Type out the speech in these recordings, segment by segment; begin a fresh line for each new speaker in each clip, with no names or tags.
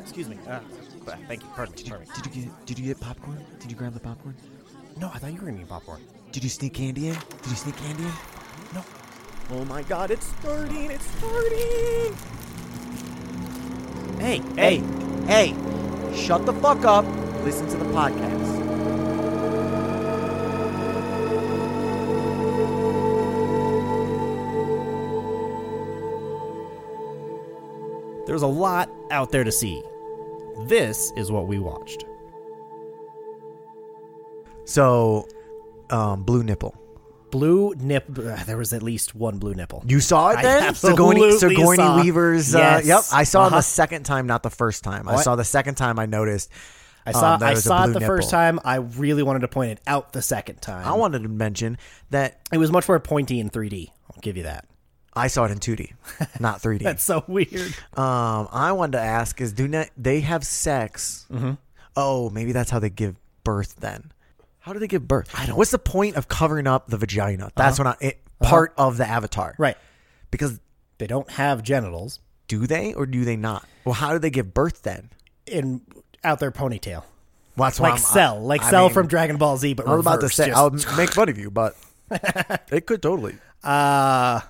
excuse me. Uh, but- thank you. Pardon me.
Did you,
pardon me.
did you get did you get popcorn? Did you grab the popcorn?
No, I thought you were gonna be popcorn.
Did you sneak candy in? Did you sneak candy in?
No. Oh my God! It's starting! It's starting! Hey! Hey! Hey! Shut the fuck up! Listen to the podcast. There's a lot out there to see. This is what we watched.
So, um, blue nipple.
Blue nip. There was at least one blue nipple.
You saw it
I
then? Sigourney,
absolutely
Sigourney
saw.
Weaver's.
Yes.
Uh, yep. I saw it
Uh-huh.
the second time, not the first time. I
What?
saw the second time I noticed.
I saw.
um, that
I
was a
saw it
blue
the first
nipple.
time. I really wanted to point it out the second time.
I wanted to mention that
It was much more pointy in 3D. I'll give you that.
I saw it in 2D, not 3D.
That's so weird.
Um, I wanted to ask: Is do not they have sex?
Mm-hmm.
Oh, maybe that's how they give birth. Then, how do they give birth? I don't. What's the point of covering up the vagina? That's when I it, part of the avatar,
Uh-huh. right.
Because
They don't have genitals
do they or do they not? Well, how do they give birth then?
in out their ponytail,
Well, that's why
like
I'm- I-
Cell, like
I
Cell
mean,
from Dragon Ball Z. But
I was about to
reversed,
say
just-
I'll make fun of you, but it could totally.
uh,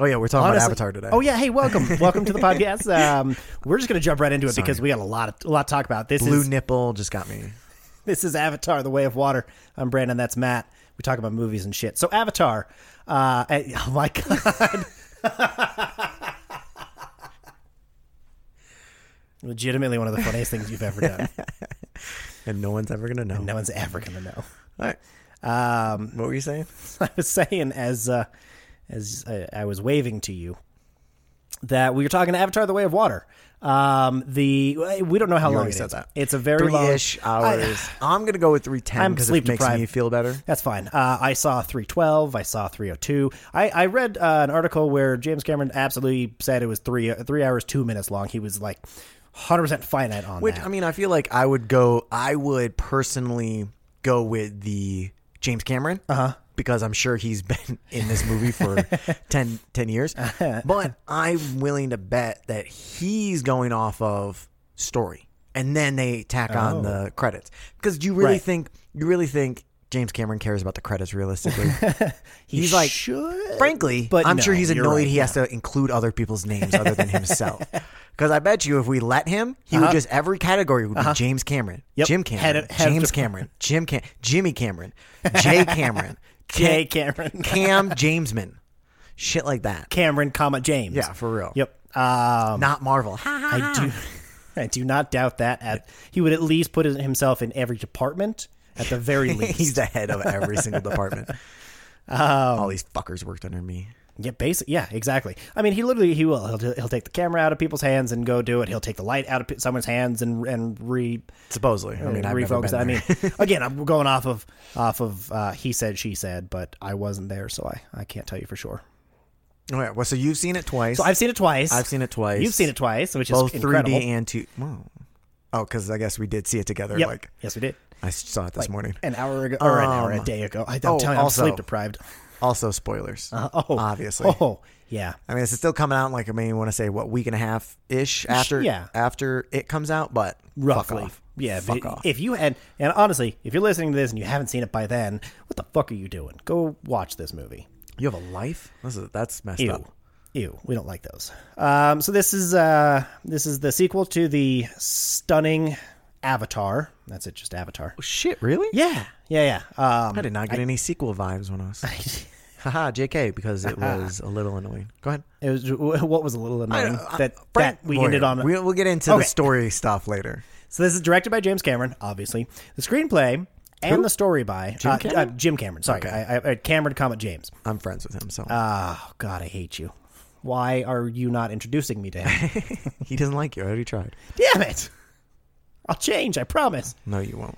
Oh yeah, we're talking
honestly-
about Avatar today.
Oh yeah. Hey, welcome, welcome to the podcast. Um, we're just gonna jump right into it because we got a lot, of, a lot to talk about. This
blue
is
nipple just got me.
This is Avatar: The Way of Water. I'm Brandon. That's Matt. We talk about movies and shit. So Avatar. Uh, eh, oh my god. Legitimately one of the funniest things you've ever done.
And no one's ever gonna know.
No one's ever gonna know.
All right. Um, what were you saying?
I was saying as uh, as uh, I, I was waving to you that we were talking Avatar: The Way of Water. Um, the we don't know how
You
long
already
it
said
is.
that.
It's a very long
Three-ish
I-
hours. I, am gonna go with three ten
I'm
because
sleep
it makes
deprived.
me feel better.
That's fine. Uh, I saw 312. I saw 302. I, I read uh, an article where James Cameron absolutely said it was three uh, three hours two minutes long. He was like 100 percent finite on
Which
that.
I mean, I feel like I would go. I would personally go with the James Cameron, uh-huh. because I'm sure he's been in this movie for 10, 10 years. But I'm willing to bet that he's going off of story, and then they tack on the credits. Because you really
Right.
think you really think James Cameron cares about the credits realistically?
He
he's like-
should.
Frankly,
But
I'm
no,
sure he's
you're
annoyed
right,
he has to include other people's names other than himself. Because I bet you if we let him, he would just, every category would be James Cameron,
Yep.
Jim Cameron,
Head- head
James
of-
Cameron, Jim Cam- Jimmy Cameron, Jay Cameron,
Jay
Ca-
Cameron.
Cam Jamesman. Shit like that.
Cameron, comma James.
Yeah, for real. Ah.
Yep. Um,
Not Marvel. Ha, ha,
I do. I do not doubt that. At he would at least put himself in every department at the very
ha.
least.
He's the head of every single department. All these fuckers worked under me.
Yeah, basic. Yeah, exactly. I mean, he literally he will he'll, he'll take the camera out of people's hands and go do it. He'll take the light out of pe- someone's hands and and re
Supposedly. I mean, I've never
refocus.
been
I mean,
there.
again, I'm going off of off of uh, he said she said, but I wasn't there, so I I can't tell you for sure.
All right, well, so you've seen it twice.
So I've seen it twice.
I've seen it twice.
You've seen it twice, which
both
is incredible.
3D and 2. Wow. Oh, because I guess we did see it together.
Yep. eh.
Like
yes, we did.
I saw it this morning.
An hour ago, or an hour, a
Um,
day ago. I, I'm
oh,
telling you, I'm
also-
sleep deprived.
Also, spoilers.
Oh,
obviously.
Oh, yeah.
I mean, it's still coming out. in, Like I mean, want to say what week and a half ish after
yeah.
after it comes out, but
roughly.
Fuck off.
Yeah,
fuck
but
off.
if you and and honestly, if you're listening to this and you haven't seen it by then, what the fuck are you doing? Go watch this movie.
you have a life. This is, that's messed
Ew.
up. Oh,
Ew, we don't like those. Um, so this is uh, this is the sequel to the stunning Avatar. That's it, just Avatar.
Shit, really?
Yeah, yeah, yeah. Um,
I did not get any sequel vibes when I was. Haha, JK, because it was a little annoying. Go ahead.
it was what was a little annoying
I-
that
Frank
that we
Boyer.
ended on.
We'll, we'll get into
Okay.
the story stuff later.
So this is directed by James Cameron, obviously. The screenplay and the story by Jim
Cameron?
Uh, Jim Cameron. Sorry, I, I, I, Cameron, comment James.
I'm friends with him, so
Oh God, I hate you. Why are you not introducing me to him?
he doesn't like you. I already tried.
Damn it! I'll change. I promise.
No, you won't.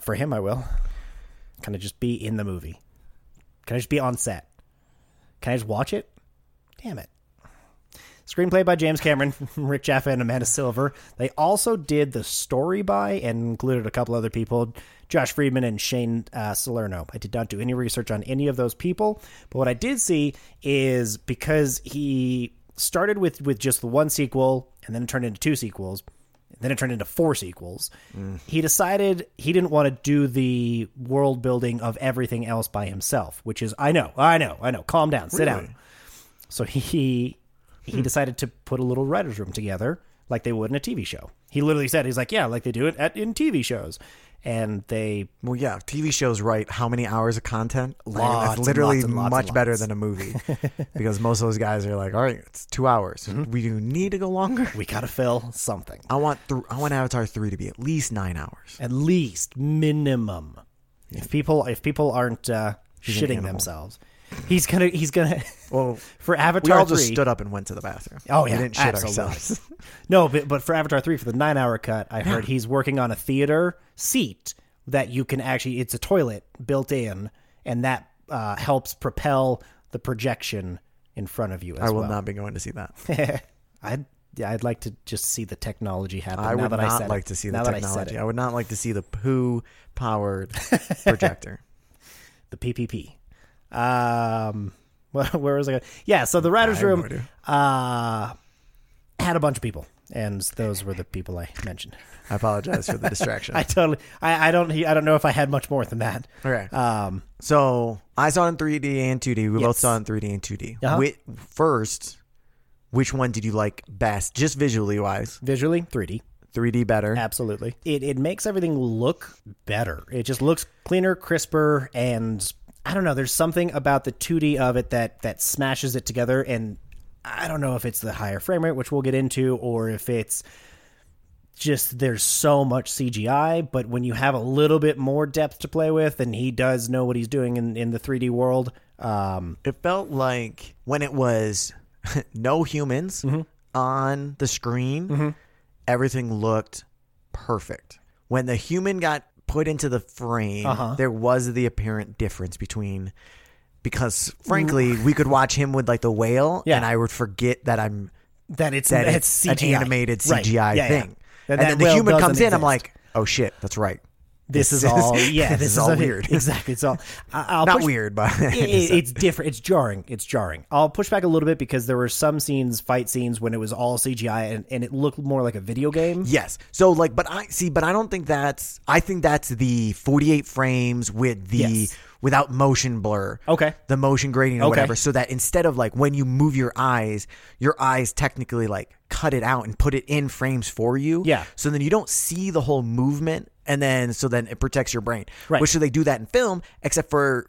For him, I will. Can I just be in the movie? Can I just be on set? Can I just watch it? Damn it. Screenplay by James Cameron, Rick Jaffa, and Amanda Silver. They also did the story by and included a couple other people, Josh Friedman and Shane uh, Salerno. I did not do any research on any of those people, but what I did see is because he started with, with just the one sequel and then turned into two sequels, Then it turned into four sequels. He decided he didn't want to do the world building of everything else by himself, which is I know, I know, I know. Calm down, sit down. So he
Hmm.
he decided to put a little writers' room together, like they would in a TV show. He literally said, "He's like, yeah, like they do it at, in TV shows." And they
Well, yeah, TV shows write how many hours of content? Like,
Lots and
that's literally
lots and lots and
much better
lots.
than a movie because most of those guys are like, all right, it's two hours.
Mm-hmm.
We do need to go longer.
we gotta fill something
I want th- I want Avatar three to be at least nine hours.
at least minimum. If people if people aren't uh,
an
shitting
animal.
themselves, he's gonna he's gonna
Well,
for
we
Avatar
all
3,
just stood up and went to the bathroom.
Oh
we
yeah,
didn't shit
absolutely.
ourselves.
no, but, but for Avatar three for the nine hour cut, I heard he's working on a theater seat that you can actually it's a toilet built in, and that uh, helps propel the projection in front of you. As
I will
well.
not be going to see that.
I'd yeah, I'd like to just see the technology happen.
I
now
would
that I
not
said it.
like to see the
Now that I said
technology.
it.
I, would not like to see the poo powered projector.
the PPP. Um, where, where was I going? Yeah, so the writers'
have no
room uh, had a bunch of people, and those were the people I mentioned.
I apologize for the distraction.
I totally, I, I don't, I don't know if I had much more than that.
Okay.
Um,
So I saw it in 3D and 2D. We both saw it in 3D and 2D.
Uh-huh.
Whi- first, which one did you like best, just visually wise?
visually, 3D,
3D better.
absolutely. It it makes everything look better. It just looks cleaner, crisper, and I don't know. There's something about the 2D of it that that smashes it together, and I don't know if it's the higher frame rate, which we'll get into, or if it's just there's so much CGI, but when you have a little bit more depth to play with, and he does know what he's doing in, in the 3D world, um,
It felt like when it was no humans
Mm-hmm.
on the screen, everything looked perfect. When the human got put into the frame,
Uh-huh.
there was the apparent difference between. Because frankly, we could watch him with like the whale,
Mm. Yeah.
and I would forget that I'm
that it's
that
it's
it's, an
CGI.
animated
Right.
CGI
Yeah, yeah.
thing. And,
that
then the
well
human
doesn't
comes in, I'm
exist.
like, oh shit, that's right.
this is all yeah
this
this,
is all
a-
weird.
exactly it's all I- I'll
Not
push-
weird, but
it- it- it's different it's jarring it's jarring I'll push back a little bit because there were some scenes fight scenes when it was all CGI and, and it looked more like a video game
yes. So like, but I see, but I don't think that's. I think that's the 48 frames with the
Yes.
without motion blur.
Okay.
The motion grading or
Okay.
whatever, so that instead of like when you move your eyes, your eyes technically like cut it out and put it in frames for you.
Yeah.
So then you don't see the whole movement, and then so then it protects your brain.
Right.
Which so they do that in film, except for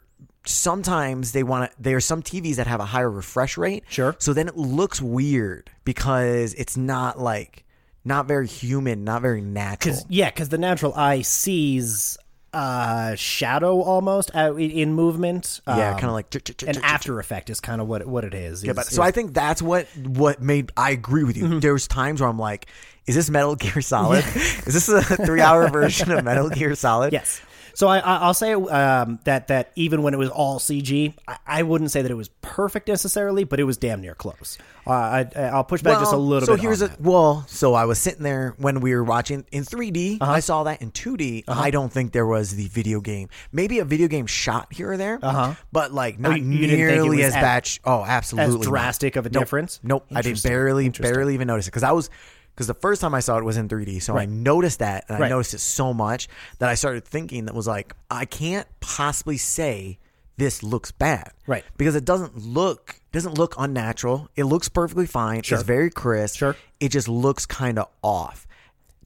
sometimes they want to. There are some TVs that have a higher refresh rate.
Sure.
So then it looks weird because it's not like not very human, not very natural.
yeah because the natural eye sees uh shadow almost uh, in- in movement
yeah,
Um,
kind of like
an after effect is kind of what what it is
Yeah, but so I think that's what what made I agree with you.
Mm-hmm.
There was times where I'm like, is this Metal Gear Solid? is this a three hour version of Metal Gear Solid?
Yes. So I, I- I'll say um, that that even when it was all CG, I, I wouldn't say that it was perfect necessarily, but it was damn near close. Uh, I, I- I'll push back just a little
so
bit.
here's
on
a
that.
well. So I was sitting there when we were watching in 3D.
Uh-huh.
I saw that in 2D. I don't think there was the video game. Maybe a video game shot here or there. Uh-huh. But like not
Oh, you- you didn't think it
nearly
was
as
as-
bad. sh- Oh, absolutely. not.
drastic of a
Nope.
difference?
Nope. I did
Interesting.
barely barely even notice it because I was because the first time I saw it was in 3D. So I noticed that and I
Right.
noticed it so much that I started thinking that was like I can't possibly say. This looks bad,
Right.
Because it doesn't look doesn't look unnatural. It looks perfectly fine. It's very crisp.
Sure.
It just looks kind of off.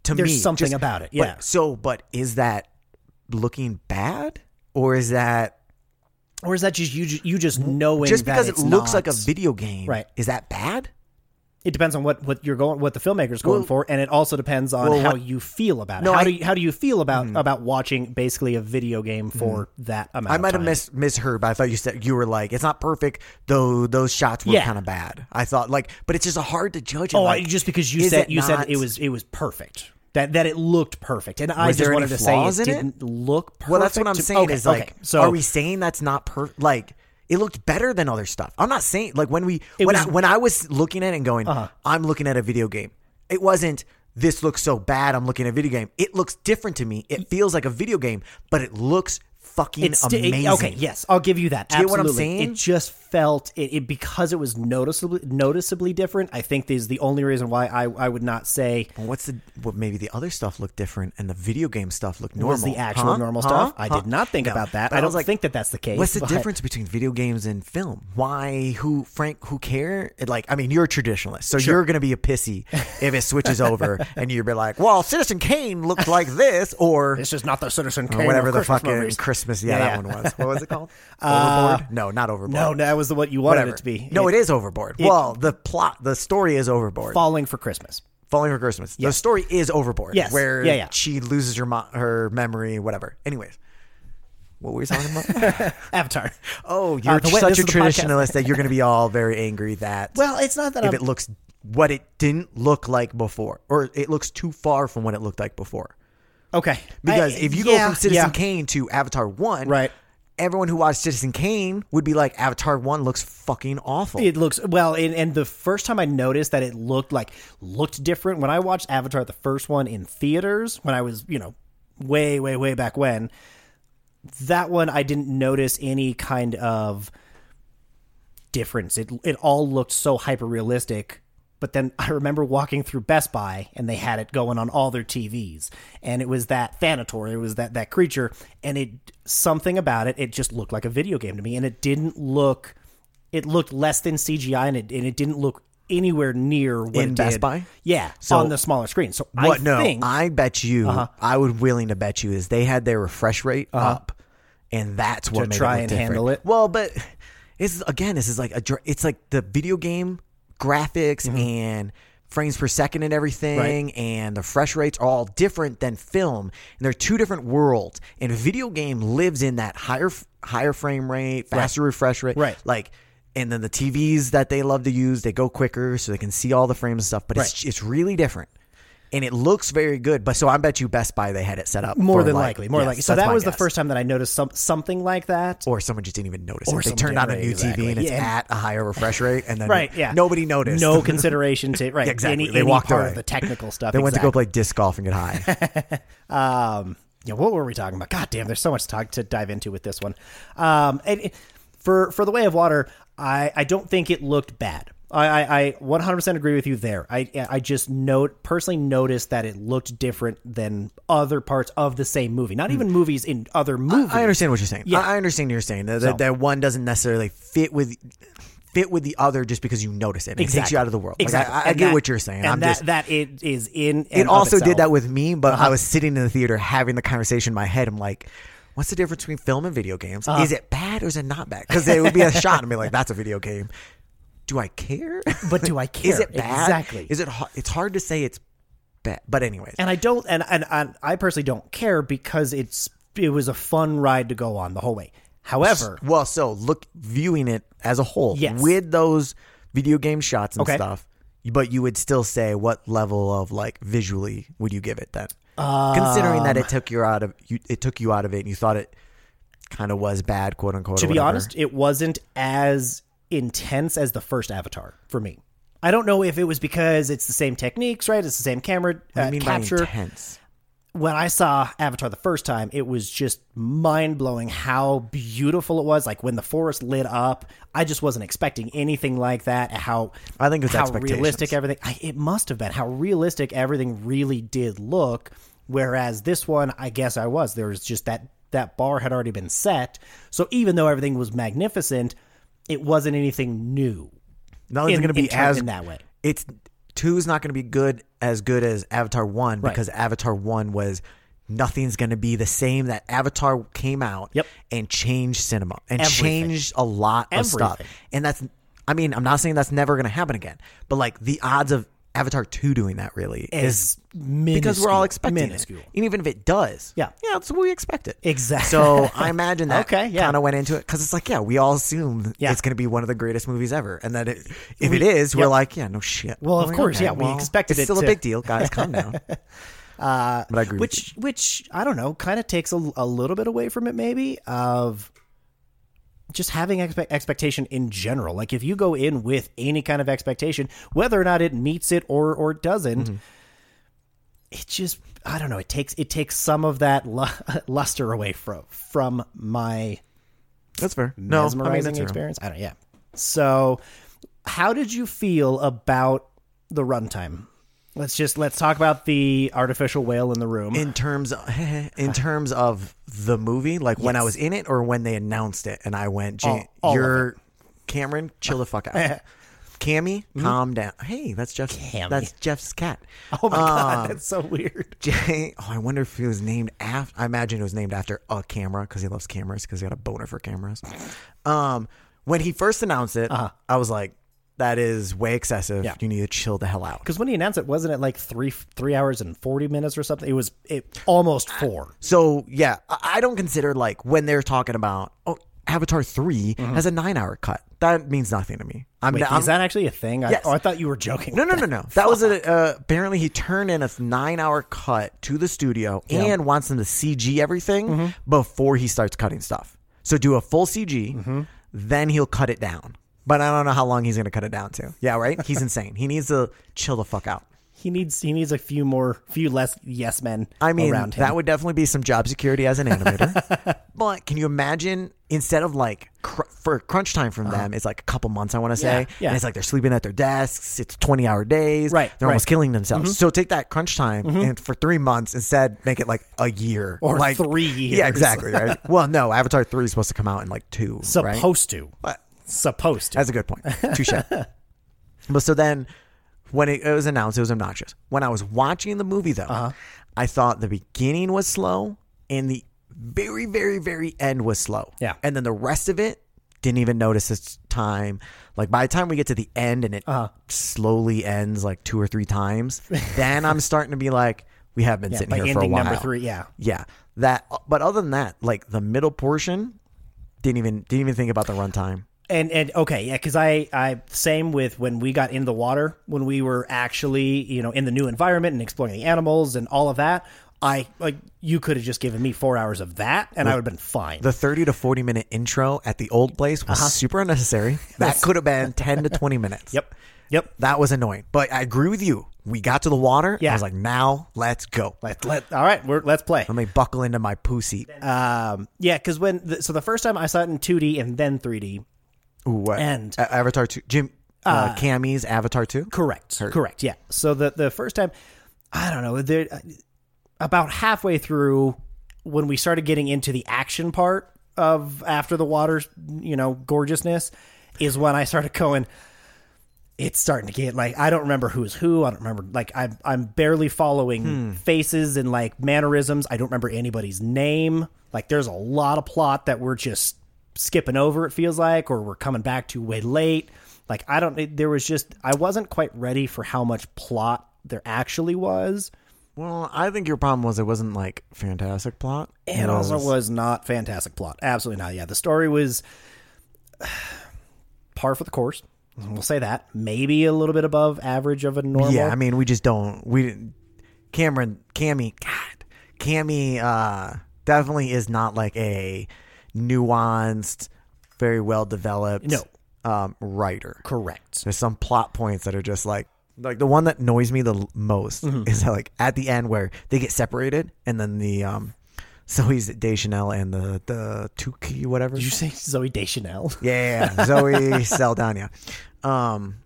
To
There's
me,
something
just-
about it,
but-
yeah.
so, but is that looking bad, or is that
or is that just you? ju- You just knowing
just
that
because it
it's
looks
not-
like a video game?
Right.
Is that bad?
It depends on what, what you're going, what the filmmaker's going for, and it also depends on
well,
how
what-
you feel about it.
No,
how
I- Hmm.
do you, how do you feel about about watching basically a video game for that amount?
I
of
might have
time?
mis- misheard, but I thought you said you were like, it's not perfect. Though those shots were
Yeah.
kind of bad. I thought like, but it's just hard to judge. it,
Oh, I
like,
just because you
is
said you
not-
said it was it was perfect. That that it looked perfect, and I
Was
just
there any
wanted to say it
flaws in it?
didn't look perfect.
Well, that's what I'm
to-
saying
okay,
is like,
okay. so
are we saying that's not per like it looked better than other stuff? I'm not saying like when we when
was- Uh-huh.
I, when I was looking at it and going, I'm looking at a video game. It wasn't this looks so bad. I'm looking at a video game. It looks different to me. It feels like a video game, but it looks fucking
it's sti-
amazing.
okay. Yes, I'll give you that.
you get what I'm
Absolutely.
saying?
It just felt it, it because it was noticeably noticeably different. I think is the only reason why I, I would not say
Well, what's the what? Maybe the other stuff looked different, and the video game stuff looked normal.
was the actual
Huh?
normal
Huh?
stuff. I
Huh?
did not think
No,
about that.
but
I
was
don't think that that's the case.
What's the
but-
difference between video games and film? Why? Who? Frank? Who care? It, like, I mean, you're a traditionalist, so you're going to be a pissy if it switches over, and you'll be like, "Well, Citizen Kane looked like this," or
This is not the Citizen
or
Kane.
whatever
of
the
Christmas
fucking
movies.
Christmas. Yeah,
Yeah,
that
yeah.
one was. What was it called? overboard? No, not overboard.
No, no, that was the what you wanted
whatever
it to be.
No, it is overboard.
it-
well, the plot, the story is overboard.
falling for Christmas.
Falling for Christmas. The story is overboard.
Yes.
Where
Yeah, yeah.
she loses her mo- her memory, whatever. Anyways, what were we talking about?
Avatar.
oh, you're
Uh, the way-
such
this
a
is the podcast.
traditionalist that you're going to be all very angry that
Well, um, it's not that
if
I'm
it looks what it didn't look like before, or it looks too far from what it looked like before.
okay
Because
I-
if you
yeah,
go from Citizen
yeah.
Kane to Avatar One,
Right.
Everyone who watched Citizen Kane would be like, Avatar One looks fucking awful.
It looks well, and, and the first time I noticed that it looked like looked different when I watched Avatar the first one in theaters when I was you know way way way back when. That one I didn't notice any kind of difference. It it all looked so hyper realistic. But then I remember walking through Best Buy and they had it going on all their TVs, and it was that Thanator, it was that that creature, and it something about it, it just looked like a video game to me, and it didn't look, it looked less than CGI, and it and it didn't look anywhere near what
In
it
Best
did.
Buy?
yeah,
So-
on the smaller screen. So
What?
I
no,
think, Uh-huh.
I bet you. I would willing to bet you is they had their refresh rate up, and that's what
To
made
try
it look
and
different.
handle it?
Well, but it's again, this is like a. dr- It's like the video game graphics
Mm-hmm.
and frames per second and everything, and the fresh rates are all different than film, and they're two different worlds. And a video game lives in that higher f- higher frame rate, faster refresh rate,
Right.
Like. And then the TVs that they love to use, they go quicker so they can see all the frames and stuff. But it's it's really different and it looks very good. But so I bet you Best Buy they had it set up
more
for,
than
like-
likely, more
Yes,
likely. So
that's
that
my
was the
guess.
first time that I noticed some something like that.
Or someone just didn't even notice.
Or
it. They
someone
turned on a
didn't,
new
exactly.
TV and it's
Yeah,
at a higher refresh rate, and then
Right, yeah.
nobody noticed.
No consideration to right.
Exactly.
Any,
They
any
walked
part
away.
of the technical stuff.
they went to
exactly.
go play disc golf and get high.
Um, yeah, what were we talking about? God damn, there's so much to, talk, to dive into with this one. Um, and it- for for the Way of Water, I I don't think it looked bad. I I, I 100% agree with you there. I I just note personally noticed that it looked different than other parts of the same movie. Not even movies in other movies.
Hmm. I understand what you're saying.
Yeah.
I I understand what you're saying. That, that- that one doesn't necessarily fit with fit with the other just because you notice it. It takes you out of the world. Like,
Exactly.
I, I, I
And
get
that-
what you're saying.
And
I'm
that Uh-huh.
just
that it is in.
it also did that with me, but I was sitting in the theater having the conversation in my head. I'm like, what's the difference between film and video games?
Uh-huh.
Is it bad or is it not bad? Because it would be a shot and be like, that's a video game. Do I care?
But do I care?
Is it bad?
Exactly.
Is it? har- It's hard to say. It's bad, but anyways,
and I don't, and, and and I personally don't care because it's it was a fun ride to go on the whole way. However,
well, so look, viewing it as a whole,
Yes.
with those video game shots and
Okay.
stuff. But you would still say what level of like visually would you give it then? Considering that
Um,
it took you out of you, it took you out of it, and you thought it kind of was bad, quote unquote.
to be honest, it wasn't as intense as the first Avatar for me. I don't know if it was because it's the same techniques, right? It's the same camera
I
uh,
mean
capture.
by intense.
when I saw Avatar the first time, it was just mind blowing how beautiful it was. Like when the forest lit up, I just wasn't expecting anything like that. How
I think it's
how
expectations.
realistic everything. I, it must have been how realistic everything really did look. Whereas this one, I guess I was. There was just that that bar had already been set. So even though everything was magnificent, it wasn't anything new.
Nothing's
in-
going to be
in terms-
as
in that way.
It's two is not going to be good as good as Avatar one because Avatar one was nothing's going to be the same that Avatar came out
Yep.
and changed cinema and
Everything.
changed a lot of stuff.
Everything.
And that's I mean I'm not saying that's never going to happen again, but like the odds of Avatar two doing that really is
Is minuscule,
because we're all expecting
minuscule.
it. And even if it does,
Yeah.
yeah, that's what we expect it.
Exact-
So I imagine that
Okay, yeah.
kind of went into it because it's like, yeah, we all assume
Yeah.
it's going to be one of the greatest movies ever, and that it, if it is, we're
yep.
like, yeah, no shit.
Well, of
We're
course,
okay.
yeah, we expected
it's
it
Still
to-
a big deal, guys. Calm down. uh, but I agree. with you.
which which I don't know, kind of takes a, a little bit away from it, maybe of just having expe- expectation in general. Like if you go in with any kind of expectation, whether or not it meets it or or doesn't, it just I don't know. It takes it takes some of that lu- luster away from from my
that's fair. No, I mean,
mesmerizing
that's fair.
experience. I don't. Yeah, So, how did you feel about the runtime? Let's just let's talk about the artificial whale in the room.
in terms in terms of the movie, like when I was in it or when they announced it, and I went, "Ja-
All- all of
"You're Cameron, chill the fuck out." Cammy, calm down. Hey, that's Jeff's.
Hmm? Cammy.
That's Jeff's cat. Uh,
oh my god, that's so weird.
Jay, oh, I wonder if he was named after. I imagine it was named after a camera because he loves cameras because he got a boner for cameras. Um, when he first announced it, I was like, "That is way excessive.
Uh-huh. Yeah.
You need to chill the hell out."
Because when he announced it, wasn't it like three three hours and forty minutes or something? It was it almost four.
So yeah, I I don't consider like when they're talking about oh, Avatar 3 has a nine hour cut. That means nothing to me. I'm,
Wait,
I'm-
is that actually a thing? I,
Yes.
oh, I thought you were joking.
no, no, no, no. That was a, uh, apparently he turned in a nine hour cut to the studio and wants them to CG everything before he starts cutting stuff. So do a full CG, then he'll cut it down. But I don't know how long he's going to cut it down to. Yeah, right. He's insane. He needs to chill the fuck out.
He needs he needs a few more, few less yes men.
I mean,
around him.
that would definitely be some job security as an animator. but can you imagine instead of like cr- for crunch time from them, it's like a couple months, I want to say.
Uh-huh. Yeah, yeah.
And it's like they're sleeping at their desks. It's 20 hour days.
Right,
They're almost
right. Mm-hmm.
killing themselves. So take that crunch time and for three months, instead make it like a year
Or
like,
three
Yeah,
years.
exactly. Right. well, no, Avatar 3 is supposed to come out in like two. right?
supposed to
But-
supposed to.
That's a good point. Touche. but so then, when it, it was announced, it was obnoxious. When I was watching the movie, though,
Uh-huh.
I thought the beginning was slow and the very, very, very end was slow.
Yeah.
And then the rest of it didn't even notice its time. Like by the time we get to the end and it
Uh-huh.
slowly ends like two or three times, then I'm starting to be like, we have been sitting
by
here for a
ending
while.
number three, yeah.
Yeah. That. But other than that, like the middle portion. Didn't even didn't even think about the runtime.
and and okay yeah because i i same with when we got in the water when we were actually you know in the new environment and exploring the animals and all of that i like you could have just given me four hours of that and i would have been fine
The 30 to 40 minute intro at the old place was super unnecessary. That could have been 10 to 20 minutes.
yep yep
That was annoying. But I agree with you. We got to the water.
Yeah.
I was like, now let's go. Let's
Let, all right we're, let's play
Let me buckle into my poo seat.
um yeah because when the, so the first time i saw it in 2d and then 3d
Ooh, what?
and-
A- Avatar 2. Jim, uh, Cammy's Avatar 2.
Correct. Correct. Yeah. So the the first time, I don't know, there about halfway through when we started getting into the action part of after the water's you know gorgeousness is when I started going. It's starting to get like I don't remember who's who. I don't remember like I'm I'm barely following faces and like mannerisms. I don't remember anybody's name. Like there's a lot of plot that we're just skipping over. It feels like, or we're coming back to way late. Like I don't. It, there was just I wasn't quite ready for how much plot there actually was.
Well, I think your problem was it wasn't like fantastic plot.
and also was not fantastic plot. Absolutely not. Yeah, the story was par for the course. We'll say that maybe a little bit above average of a normal.
Yeah, I mean, we just don't. We didn't. Cameron, Cammy, God, Cammy uh, definitely is not like a nuanced, very well developed
No.
um, writer.
correct.
There's some plot points that are just like like the one that annoys me the l- most
Mm-hmm.
is that like at the end where they get separated and then the um so he's Deschanel and the the Tuki whatever
Did you say Zoe Deschanel?
yeah, yeah, yeah. Zoe Saldana. Um,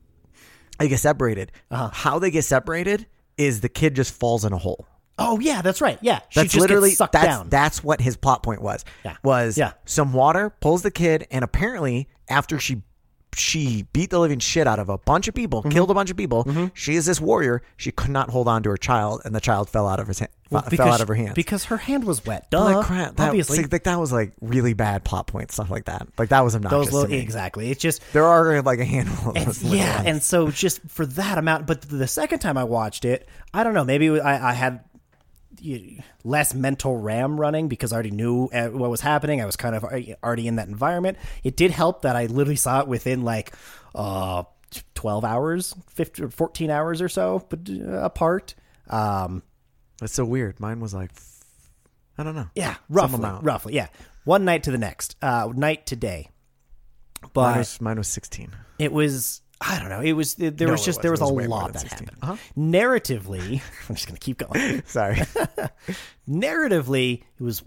they get separated.
Uh-huh.
How they get separated is the kid just falls in a hole.
Oh yeah, that's right. Yeah, she
That's
just
literally
gets sucked
that's
down.
that's what his plot point was.
Yeah.
Was
Yeah.
some water pulls the kid, and apparently after she she beat the living shit out of a bunch of people,
Mm-hmm.
killed a bunch of people. She is this warrior. She could not hold on to her child, and the child fell out of his hand, fell out of her hands.
because her hand was wet. Duh.
like crap, that,
obviously,
like, that was like really bad plot point stuff like that. Like that was obnoxious.
those little
to me.
exactly. It's just
There are uh, like a handful of those little
yeah,
ones.
and so just for that amount. But the second time I watched it, I don't know. Maybe I, I had you- less mental RAM running because I already knew uh, what was happening. I was kind of already already in that environment. It did help that I literally saw it within like uh, 12 hours, 15, or 14 hours or so but, uh, apart. Um,
That's so weird. Mine was like, f- I don't know.
yeah, roughly,
amount.
roughly, yeah. One night to the next, uh, night to day. But
Mine was, mine was 16.
It was I don't know. It was there was
it
just there was a
wasn't. It was way more
lot
than Uh-huh.
that
16.
happened. Narratively, I'm just gonna keep going.
Sorry.
Narratively, it was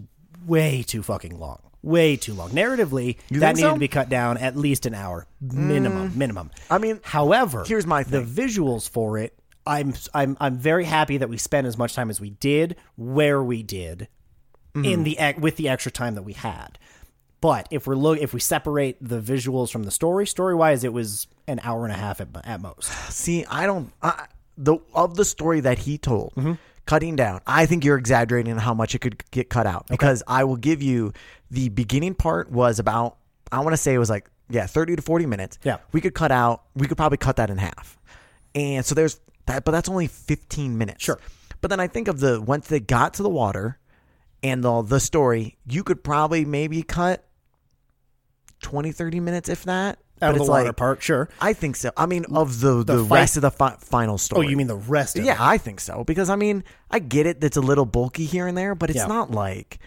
way too fucking long. way too long. Narratively, that
think
needed
so? Mm.
to be cut down at least an hour minimum. Minimum.
I mean,
however,
here's my
the visuals for it. I'm I'm I'm very happy that we spent as much time as we did where we did
Mm.
in the ex- with the extra time that we had. But if we're look if we separate the visuals from the story, story wise, it was an hour and a half at, at most.
See, I don't. I, the of the story that he told,
Mm-hmm.
cutting down. I think you're exaggerating how much it could get cut out because I will give you the beginning part was about. I want to say it was like yeah, thirty to forty minutes.
Yeah.
we could cut out. We could probably cut that in half, and so there's that. But that's only fifteen minutes.
Sure.
But then I think of the once they got to the water, and the the story, you could probably maybe cut 20, 30 minutes if that.
Out
but
of the
it's
water
like,
park, sure.
I think so. I mean, of the the,
fight-
rest of the fi- final
Oh,
story.
you mean the rest? Of
Yeah, I think so because I mean, I get it. That's a little bulky here and there, but it's
Yeah.
not like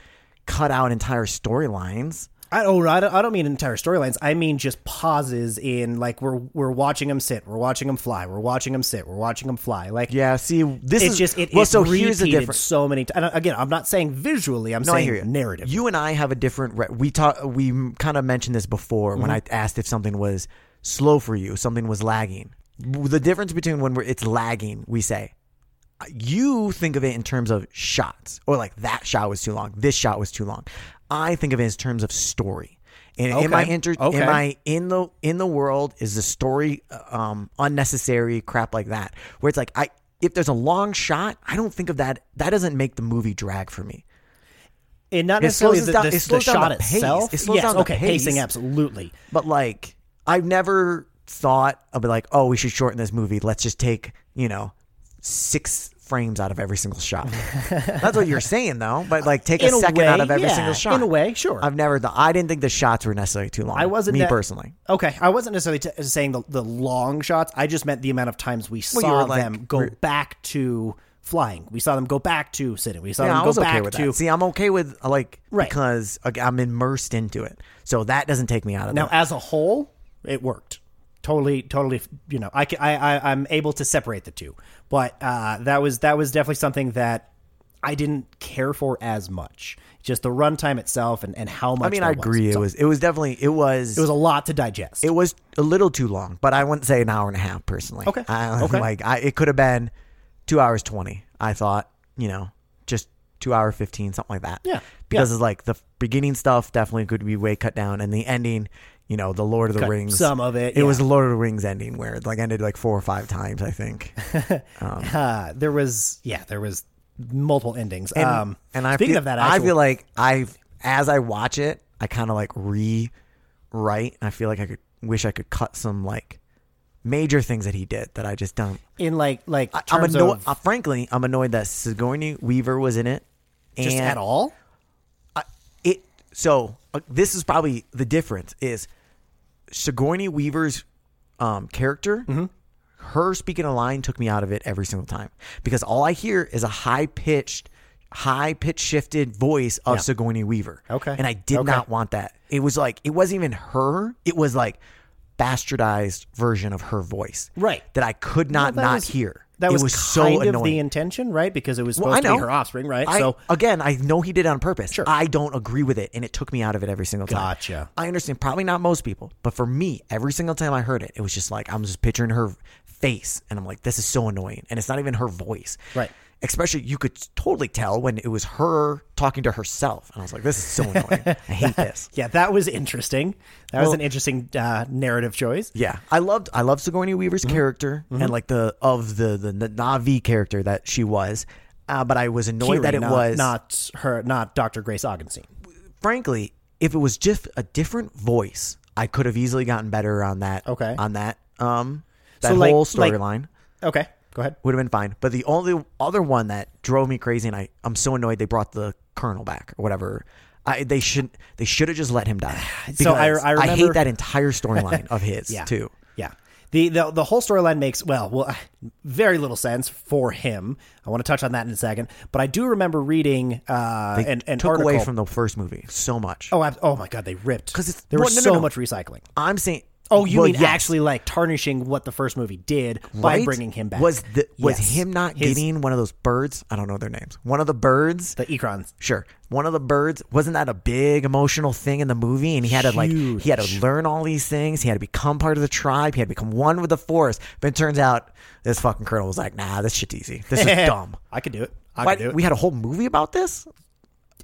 cut out entire storylines.
I don't, I don't. I don't mean entire storylines. I mean just pauses in like we're we're watching them sit, we're watching them fly, we're watching them sit, we're watching them fly. Like
Yeah, see, this
it's
is
just it.
well.
it's
so
repeated
here's the difference.
So many times. Again, I'm not saying visually. I'm
No, I
saying
hear you.
narrative.
You and I have a different. Re- we talk. We kind of mentioned this before when I
Mm-hmm.
asked if something was slow for you, something was lagging. The difference between when we're, it's lagging, we say, you think of it in terms of shots, or like that shot was too long, this shot was too long. I think of it in terms of story. And am I
Okay.
inter-
Okay.
am I in the in the world? Is the story um, unnecessary crap like that? Where it's like I if there's a long shot, I don't think of that. That doesn't make the movie drag for me.
and not
it
necessarily
slows
the,
us down-
the,
it
the
slows down
shot
the pace.
itself.
It slows
yes,
down the
okay,
pace.
pacing absolutely.
But like, I've never thought of it like, oh, we should shorten this movie. Let's just take, you know, six frames out of every single shot. That's what you're saying, though. But like, take a
In a
second
way,
out of every
yeah.
single shot.
In a way, sure.
I've never thought. I didn't think the shots were necessarily too long.
I wasn't
me
that-
personally.
Okay, I wasn't necessarily t- saying the, the long shots. I just meant the amount of times we
you
saw
were like-
them go back to flying. We saw them go back to sitting. We saw
Yeah,
them
I
go
was okay
back
with
to
that. See, I'm okay with uh, like
Right.
because like, I'm immersed into it, so that doesn't take me out of
Now,
that.
as a whole, it worked. Totally, totally. You know, I, ca- I, I I'm able to separate the two, but uh, that was that was definitely something that I didn't care for as much. Just the runtime itself and and how much.
I mean,
that
I agree.
Was.
It was. It was definitely. It was.
It was a lot to digest.
it was a little too long, but I wouldn't say an hour and a half personally.
Okay.
I,
Okay.
Like I, it could have been two hours twenty. I thought, you know, just two hour fifteen, something like that.
Yeah.
Because
Yeah.
it's like the beginning stuff definitely could be way cut down, and the ending, you know, the Lord of the Rings.
some of it,
It was
yeah.
the Lord of the Rings ending where it like ended like four or five times, I think.
uh, there was yeah, there was multiple endings. um,
and I
speaking
feel,
of that,
I
actual-
feel like I, as I watch it, I kind of like rewrite. I feel like I could wish I could cut some like major things that he did that I just don't.
in like like
I'm
terms
annoyed.
of-
uh, frankly, I'm annoyed that Sigourney Weaver was in it. And
just at all.
It so uh, this is probably the difference is Sigourney Weaver's um, character.
Mm-hmm.
Her speaking a line took me out of it every single time because all I hear is a high pitched, high pitch shifted voice of Sigourney Weaver.
Okay.
and I did
Okay.
not want that. It was like it wasn't even her. It was like bastardized version of her voice.
Right.
That I could not
That
not
was-
hear.
That
It
was,
so
kind
annoying.
of the intention, right? Because it was supposed
Well, I
to
know
be her offspring, right?
I-
so
again, I know he did it on purpose.
Sure.
I don't agree with it, and it took me out of it every single time.
Gotcha.
I understand. Probably not most people, but for me, every single time I heard it, it was just like I'm just picturing her face, and I'm like, this is so annoying, and it's not even her voice,
Right.
Especially, you could totally tell when it was her talking to herself, and I was like, this is so annoying. I hate this.
Yeah, that was interesting. That was an interesting uh, narrative choice.
Yeah, I loved I loved Sigourney Weaver's
Mm-hmm.
character and like the of the the, the Navi character that she was, uh, but I was annoyed
Kiri,
that it
not,
was
not her, not Dr. Grace Augenstein.
frankly, if it was just a different voice, I could have easily gotten better on that.
Okay.
on that um that
So, like-
whole
like-
storyline
Okay, go ahead.
would have been fine. But the only other one that drove me crazy, and I I'm so annoyed they brought the colonel back or whatever. I, they should they should have just let him die.
So I-
Because
I remember-
hate that entire storyline of his too.
Yeah. The, the, the whole storyline makes well well very little sense for him. I want to touch on that in a second, but I do remember reading uh, an, an
Took
article
away from the first movie so much.
oh ab- oh my god they ripped
'Cause it's-
there was
well, no, no,
so
no.
much recycling.
I'm saying
Oh, you
Well,
mean
yes.
actually like tarnishing what the first movie did by
right?
bringing him back?
Was the, was
Yes.
him not
His-
getting one of those birds? I don't know their names. One of the birds.
the Ekrons?
Sure. One of the birds wasn't that a big emotional thing in the movie, and he had to like he had to learn all these things. He had to become part of the tribe. He had to become one with the forest. But it turns out this fucking colonel was like, "Nah, this shit's easy. This is dumb.
Eh, I could do it. I
Why,
could do it.
we had a whole movie about this.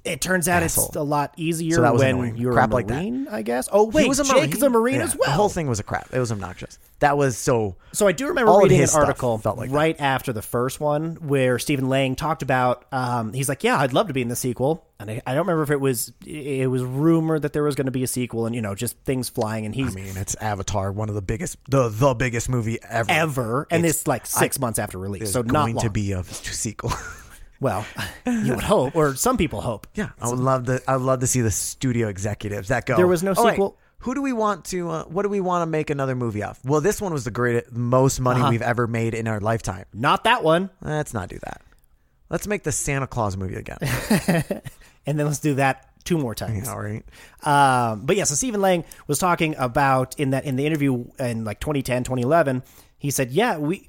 it turns out it's
Asshole.
a lot easier
So that was
when
annoying.
you're
Crap
a
like that.
marine, I guess. Oh wait,
he was a
Jake's
marine.
a marine
Yeah,
as well.
The whole thing was a crap. It was obnoxious. That was so.
So I do remember
All of
reading an
his stuff
article
felt like that.
right after the first one where Stephen Lang talked about. Um, he's like, "Yeah, I'd love to be in the sequel," and I, I don't remember if it was it was rumored that there was going to be a sequel, and you know, just things flying. And he's
I mean, it's Avatar, one of the biggest, the the biggest movie ever.
ever, and this like six months after release,
There's
so not
going
long.
to be a sequel.
well, you would hope, or some people hope.
Yeah, I would love to. I would love to see the studio executives that go.
There was no
"All right,
sequel."
who do we want to? Uh, what do we want to make another movie of? Well, this one was the greatest, most money
Uh-huh.
we've ever made in our lifetime.
Not that one.
Let's not do that. Let's make the Santa Claus movie again.
And then let's do that two more times.
All right.
Um, but yeah, so Stephen Lang was talking about in that in the interview in like 2010, 2011, he said, "Yeah, we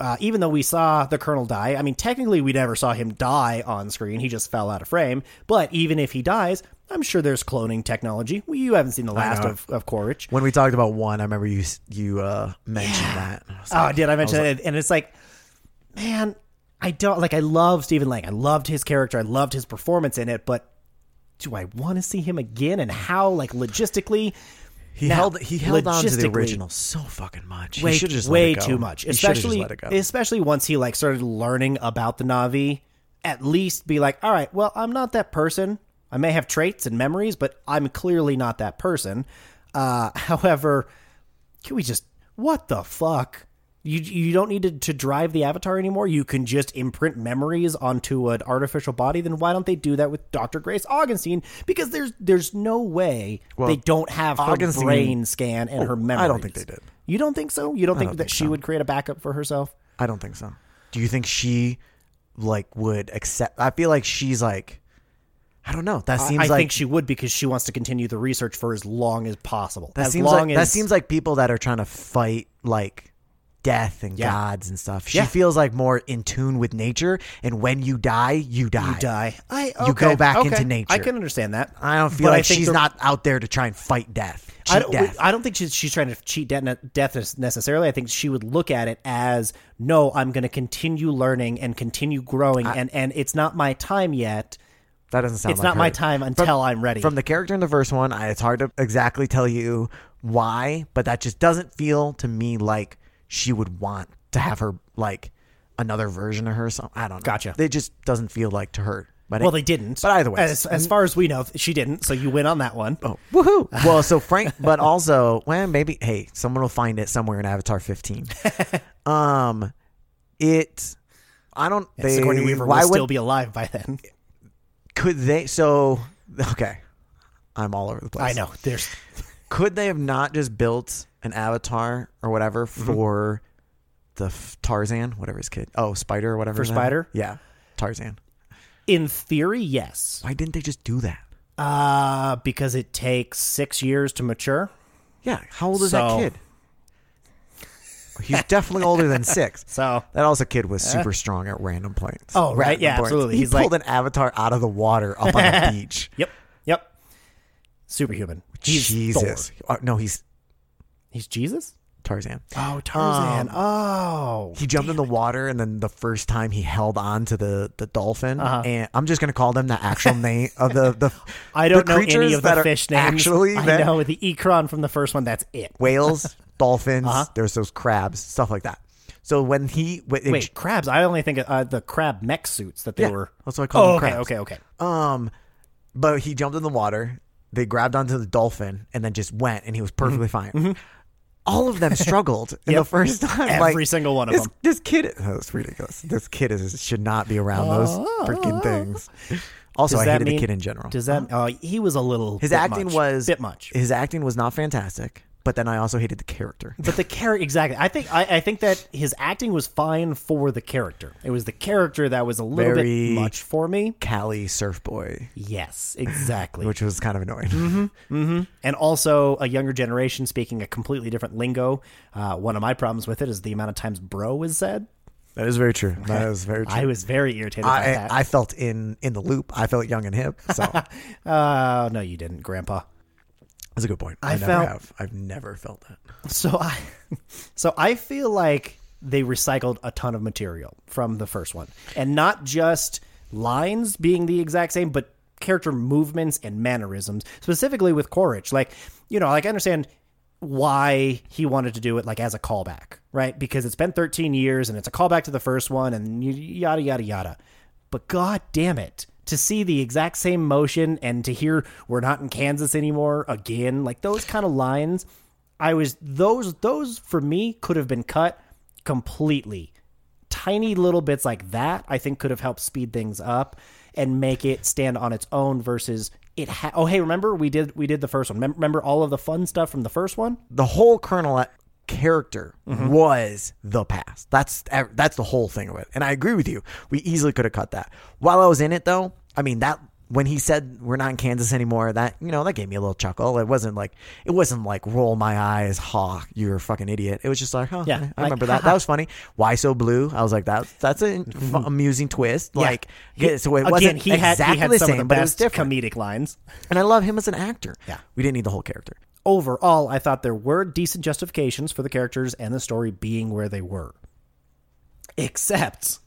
uh, even though we saw the colonel die, I mean, technically we never saw him die on screen. He just fell out of frame. But even if he dies, I'm sure there's cloning technology. We, you haven't seen the last
know.
of of Quaritch.
When we talked about one, I remember you s- you uh, mentioned that. And I was
Oh,
like,
did I mention that? And it's like, man, I don't like. I love Stephen Lang. I loved his character. I loved his performance in it. But do I want to see him again? And how? Like logistically,
He
Now,
held he held on to the
logistically-
original so fucking much.
way,
he should just
way
let it go.
too much.
He should've just
Especially,
let it go.
especially once he like started learning about the Navi. At least be like, all right, well, I'm not that person. I may have traits and memories, but I'm clearly not that person. Uh, however, can we just what the fuck? You you don't need to, to drive the avatar anymore. You can just imprint memories onto an artificial body. Then why don't they do that with Dr. Grace Augustine? Because there's there's no way they don't have her
Augustine-
brain scan and her memories.
I don't think they did.
You don't think so? You don't think that she would create a backup for herself?
I don't think so. Do you think she like would accept? I feel like she's like, I don't know. That seems
I
like
think she would because she wants to continue the research for as long as possible.
that
as
seems
long as
like that seems like people that are trying to fight like death and
Yeah.
gods and stuff. She
Yeah.
feels like more in tune with nature. And when you die, you die.
you die. I
You go
okay,
back
okay.
into nature.
I can understand that.
I don't feel
But I
like
think
she's
the-
not out there to try and fight death.
I
Cheat
don't,
death.
I don't think she's, she's trying to cheat de- death nes- necessarily. I think she would look at it as no, I'm going to continue learning and continue growing, and, and it's not my time yet.
that doesn't sound.
It's
like
not my
her.
time until I'm ready.
From the character in the first one, I, it's hard to exactly tell you why, but that just doesn't feel to me like she would want to have her like another version of her. So I don't know.
Gotcha.
It just doesn't feel like to her. But
well,
it-
they didn't.
But either way,
as, as far as we know, she didn't. So you win on that one.
oh, woohoo! well, so Frank, but also, well, maybe hey, someone will find it somewhere in Avatar 15. um, it. I don't. They,
Sigourney Weaver
why
will
would
still be alive by then.
could they? So okay, I'm all over the place.
I know. There's
could they have not just built an avatar or whatever
Mm-hmm.
for the f- Tarzan, whatever his kid, oh Spider or whatever
For
his name-
Spider?
Yeah, Tarzan.
in theory, yes,
Why didn't they just do that?
uh, because it takes six years to mature.
Yeah, how old is
So-
that kid? He's definitely older than six.
So
That also kid was super strong at random points.
Eh. Oh, right,
Random
yeah, absolutely.
He
He's like-
pulled an avatar out of the water up on the beach.
yep, yep. Superhuman. He's
Jesus,
Thor.
Uh, no, he's
He's Jesus.
Tarzan. Um,
Oh, Tarzan. oh.
he jumped in the water and then the first time he held on to the the dolphin
Uh-huh.
and i'm just going to call them the actual name of the the
I don't
the
know
creatures
any of
that
the
are
fish names.
actually
I
that-
know the Ekron from the first one. That's it.
whales dolphins
Uh-huh.
there's those crabs stuff like that so when he when it-
Wait, crabs. I only think of uh, the crab mech suits that they
Yeah,
were.
that's what I call
oh,
them,
okay,
crabs.
okay, okay.
um but he jumped in the water they grabbed onto the dolphin and then just went and he was perfectly
Mm-hmm.
fine All of them struggled in the first time.
Every
like,
single one of
this-
them.
This kid, oh, it's ridiculous. This kid is should not be around those freaking things. Also, I hated the kid in general.
Does that? Uh, he was a little.
His
bit
acting
much.
was
bit much.
His acting was not fantastic. but then I also hated the character.
But the character, exactly. I think I, I think that his acting was fine for the character. It was the character that was a little
Very-
bit much for me.
Cali Surf Boy,
Yes, exactly.
which was kind of annoying.
Mm-hmm. and also a younger generation speaking a completely different lingo. Uh, one of my problems with it is the amount of times "bro" is said.
That is very true. That is very
I
true.
was very irritated by
I,
that.
I felt in in the loop. I felt young and hip. So that's
uh, no, you didn't, Grandpa.
a good point.
I
I, never
felt-
have. I've never felt that.
So I, so I feel like they recycled a ton of material from the first one, and not just lines being the exact same, but character movements and mannerisms, specifically with Quaritch. Like, you know, like I understand why he wanted to do it, like as a callback, right? Because it's been 13 years, and it's a callback to the first one, and y- yada yada yada. But god damn it. To see the exact same motion and to hear we're not in Kansas anymore again, like those kind of lines, I was those those for me could have been cut completely. Tiny little bits like that I think could have helped speed things up and make it stand on its own versus it ha- Oh hey, remember we did we did the first one. Mem- remember all of the fun stuff from the first one?
The whole Colonel character
Mm-hmm.
was the past. That's that's the whole thing of it. And I agree with you. We easily could have cut that. While I was in it though, I mean that when he said we're not in Kansas anymore, that you know that gave me a little chuckle. It wasn't like it wasn't like roll my eyes, ha, you're a fucking idiot. It was just like, huh,
Yeah,
I
like,
remember that.
ha, ha.
That was funny. Why so blue? I was like that. That's an f- amusing twist. Like, yeah, so it
Again,
wasn't
he had,
exactly
he had
the
some
same,
of the
but it was
best
different.
comedic lines.
and I love him as an actor.
Yeah.
we didn't need the whole character.
overall, I thought there were decent justifications for the characters and the story being where they were. Except,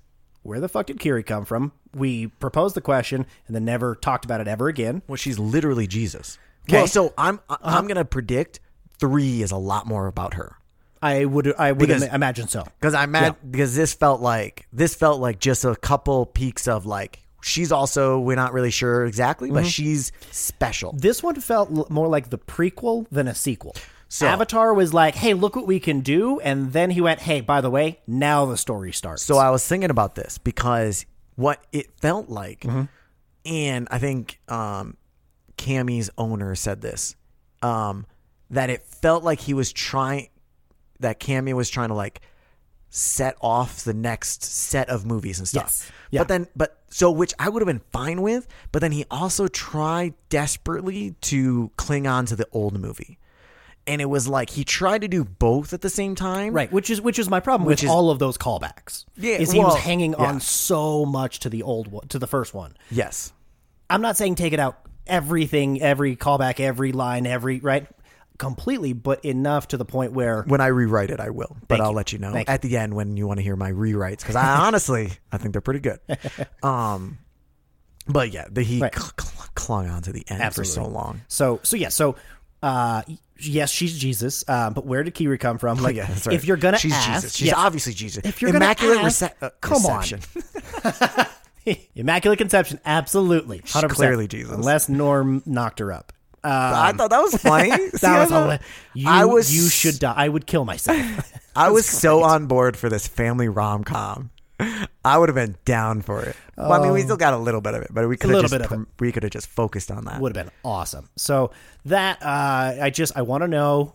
where the fuck did Kiri come from? We proposed the question and then never talked about it ever again.
Well, she's literally Jesus.
Okay.
Well, so I'm I- I'm gonna predict three is a lot more about her
I would, I would
Because-
ima- imagine so.
because I'm mad because this felt like this felt like just a couple peaks of like she's also we're not really sure exactly but she's special.
This one felt l- more like the prequel than a sequel.
So-
Avatar was like, "Hey, look what we can do," and then he went, "Hey, by the way, now the story starts."
So I was thinking about this because what it felt like,
Mm-hmm.
and I think um, Cammy's owner said this, um, that it felt like he was trying, that Cammy was trying to like set off the next set of movies and stuff.
Yes. Yeah.
But then, but so which I would have been fine with, but then he also tried desperately to cling on to the old movie. And it was like he tried to do both at the same time.
Right, which is which is my problem with
is-
all of those callbacks.
Yeah,
is he
well,
was hanging
yeah.
on so much to the old one, to the first one.
Yes.
I'm not saying take it out everything, every callback, every line, every right completely, but enough to the point where
when I rewrite it, I will. But
Thank
I'll
you.
let you know
Thank
at the end when you want to hear my rewrites because I honestly I think they're pretty good. Um, but yeah, the, he
Right.
cl- cl- clung on to the end for so
Absolutely.
long.
so so yeah so uh yes she's Jesus uh, but where did Kiri come from like
Yeah, that's right.
if you're gonna
she's
ask
Jesus. She's
yeah,
obviously Jesus.
If you're gonna
immaculate
ask-
rece- uh,
come on.
reception.
immaculate conception absolutely 100%,
clearly Jesus.
unless Norm knocked her up uh,
I thought that was funny. See,
that
I
was hila-
thought-
you,
I was
you should die I would kill myself
I was so on board for this family rom com. I would have been down for it. Well, I mean, we still got a little bit of it, but we could have
Oh. little
just
bit of
prom- we could have just focused on that.
would have been awesome. So that uh, I just I want to know.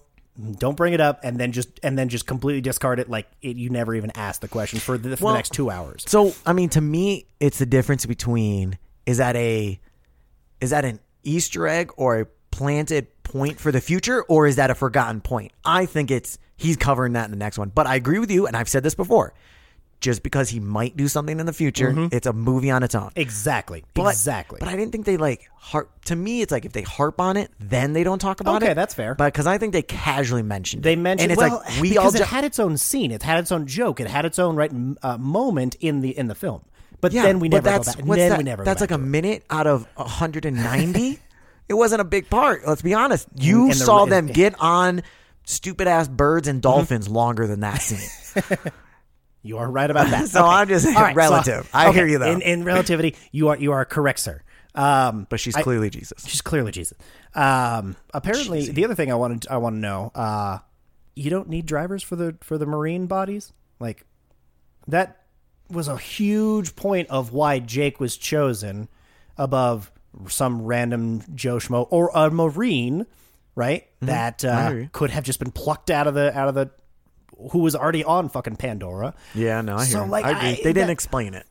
Don't bring it up, and then just and then just completely discard it like it, you never even asked the question for the, for
Well-
the next two hours.
So I mean, to me, it's the difference between is that a is that an Easter egg or a planted point for the future, or is that a forgotten point? I think it's he's covering that in the next one. But I agree with you, and I've said this before. Just because he might do something in the future, it's a movie on its own.
Exactly,
But-
Mm-hmm. exactly.
But I didn't think they like harp. To me, it's like if they harp on it, then they don't talk about it.
Okay, that's fair.
But because I think they casually mentioned
they
it.
mentioned
and it's
well
like we all
because it
ju-
had its own scene, it had its own joke, it had its own right m- uh, moment in the in the film. But
Yeah,
then we
but
never go
that's-
back.
what's
Then
that-
we never.
That's
go
like
back
a minute out of 190. it wasn't a big part. Let's be honest. You
and the-
saw
and- Mm-hmm.
them get on stupid ass birds and dolphins longer than that scene.
a, you are right about that.
So I'm just saying
All right, so-
relative. I hear
okay,
you, though.
In, in relativity, you are you are correct, sir. Um,
but she's clearly Jesus.
She's clearly Jesus. Um, apparently, the other thing I wanted I want to know, uh, you don't need drivers for the for the marine bodies. Like that was a huge point of why Jake was chosen above some random Joe Schmo or a marine right? That uh,
hear you.
could have just been plucked out of the out of the who was already on fucking Pandora.
Yeah, no, I hear.
So,
you.
like,
I agree.
I-
they didn't
that-
explain it.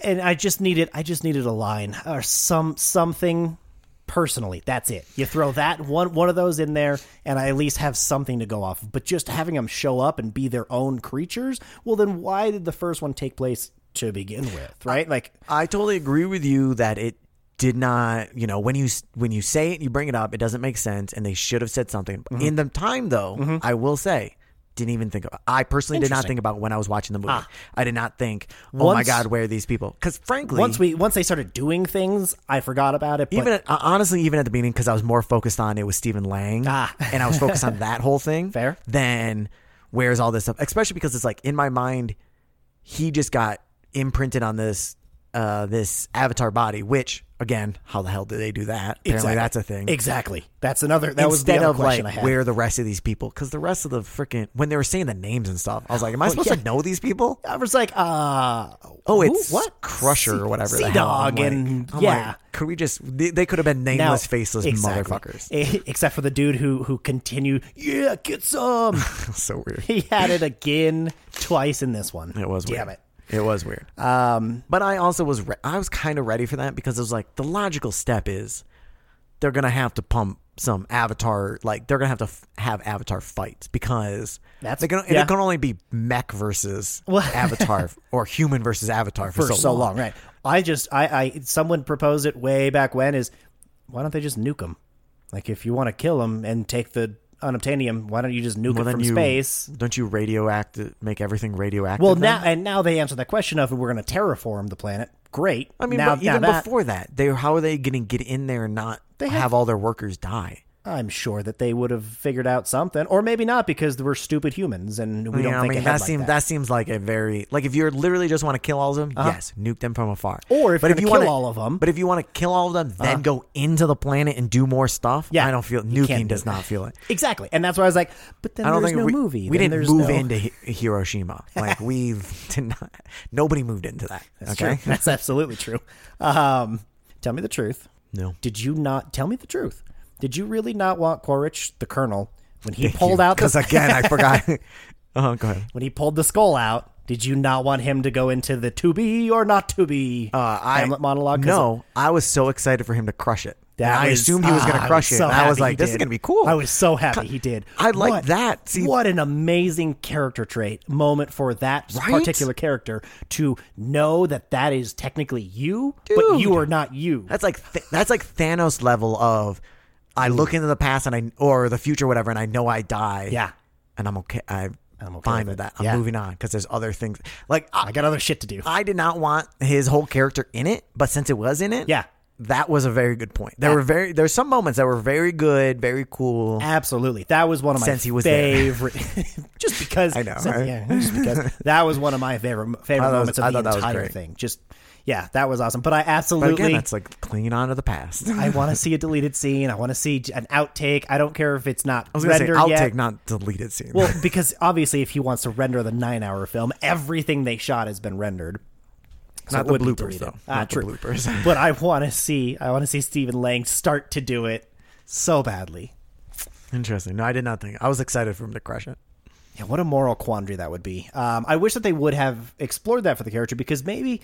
and I just needed I just needed a line or some something personally. That's it. You throw that one one of those in there and I at least have something to go off of. But just having them show up and be their own creatures, well then why did the first one take place to begin with, right? Like
I totally agree with you that it did not, you know, when you when you say it, you bring it up, it doesn't make sense, and they should have said something.
Mm-hmm.
In the time though, I will say, didn't even think about. I personally did not think about when I was watching the movie. I did not think, oh my
Ah. Once-
god, where are these people? Because frankly,
once we once they started doing things, I forgot about it. But
even at, uh, honestly, even at the beginning, because I was more focused on it was Stephen Lang,
Ah.
and I was focused on that whole thing.
Fair.
Then where's all this stuff? Especially because it's like in my mind, he just got imprinted on this uh, this avatar body. Which again, how the hell did they do that? Apparently,
Exactly.
that's a thing.
Exactly. That's another that was the
Instead
other
of
question I
like
had.
where are the rest of these people? Because the rest of the freaking when they were saying the names and stuff, I was like, am I supposed
yeah.
to know these people?
I was like, uh
Oh,
who?
it's
what
Crusher or whatever. the
Sea
hell. I'm
Dog
like-
and
I'm
yeah.
like, could we just? They, they could have been
Now-
nameless, faceless
exactly.
motherfuckers.
E- Except for the dude who who continued, yeah, get some.
so weird.
he had it again twice in this one.
It was
Damn
weird.
it.
It was weird.
Um,
but I also was re- I was kind of ready for that because it was like the logical step is they're gonna have to pump some Avatar like they're gonna have to f- have Avatar fights because
That's-
they're gonna
yeah.
it can only be mech versus Avatar or human versus Avatar for,
for so, long. right? I just I I someone proposed it way back when is why don't they just nuke them? Like if you want to kill them and take the unobtainium, why don't you just nuke
Well,
it
then
from
you
space?
don't you radioactive make everything radioactive?
Well,
then?
now and now they answer the question of we're going to terraform the planet. Great.
I mean,
now,
but even
now that,
before that, they how are they gonna get in there and not have, all their workers die?
I'm sure that they would have figured out something, or maybe not because we're stupid humans and we don't
You know,
think
I mean,
ahead
that
like
seems
that.
seems like a very like if you're literally just want to kill all of them, yes, nuke them from afar.
Uh-huh. Or if
but
you're
if
gonna
you want
kill all of 'em. Uh-huh.
but if you want to kill all of them, then go into the planet and do more stuff.
Yeah.
I don't feel
You can't
nuking does
do
not feel it.
Exactly, and that's why I was like, "But then
I don't
there's
think
no
we,
movie.
we
Then
didn't
there's
move
no-
into Hi- Hiroshima. Like we did not. Nobody moved into that.
That's
okay,
true. That's absolutely true. Um, tell me the truth.
no.
Did you not tell me the truth? Did you really not want Quaritch, the colonel, when he pulled out
because
the,
again I forgot. oh, go ahead.
when he pulled the skull out? Did you not want him to go into the to be or not to be
Uh, I,
Hamlet monologue? 'Cause
No, I was so excited for him to crush it.
That
And I
was-
assumed he was
ah,
going to crush it.
so
and I
happy
was
he
like, this is
did.
going to be cool.
I was so happy he did.
I like
What-
that. See-
what an amazing character trait moment for that
Right?
particular character to know that that is technically you, but you are not you.
That's like th- that's like Thanos level of I
Mm.
look into the past and I or the future whatever and I know I die.
Yeah.
And I'm okay. I'm,
I'm okay
fine
with
with
it.
that. I'm
Yeah.
moving on cuz there's other things. Like I,
I got other shit to do.
I did not want his whole character in it, but since it was in it,
Yeah.
That was a very good point. There were very there's some moments that were very good, very cool.
Absolutely, that was one of my
Since he was there.
favorite. just because
I know,
since-
right?
yeah, just because that was one of my favorite favorite
I thought-
moments
I
of the
thought that was
entire
great.
thing. Just yeah, that was awesome. But I
But
absolutely
again, that's like clinging on to the past. I
I want to see a deleted scene. I want to see an outtake. I don't care if it's not
was going to say
rendered
outtake,
yet.
not deleted scene.
well, because obviously, if he wants to render the nine-hour film, everything they shot has been rendered. So
not
it
the
wouldn't be
bloopers
deleted.
though.
Ah,
not
true.
the bloopers.
but I want to see. I want to see Stephen Lang start to do it so badly.
Interesting. No, I did not think. I was excited for him to crush it.
Yeah, what a moral quandary that would be. Um, I wish that they would have explored that for the character because maybe,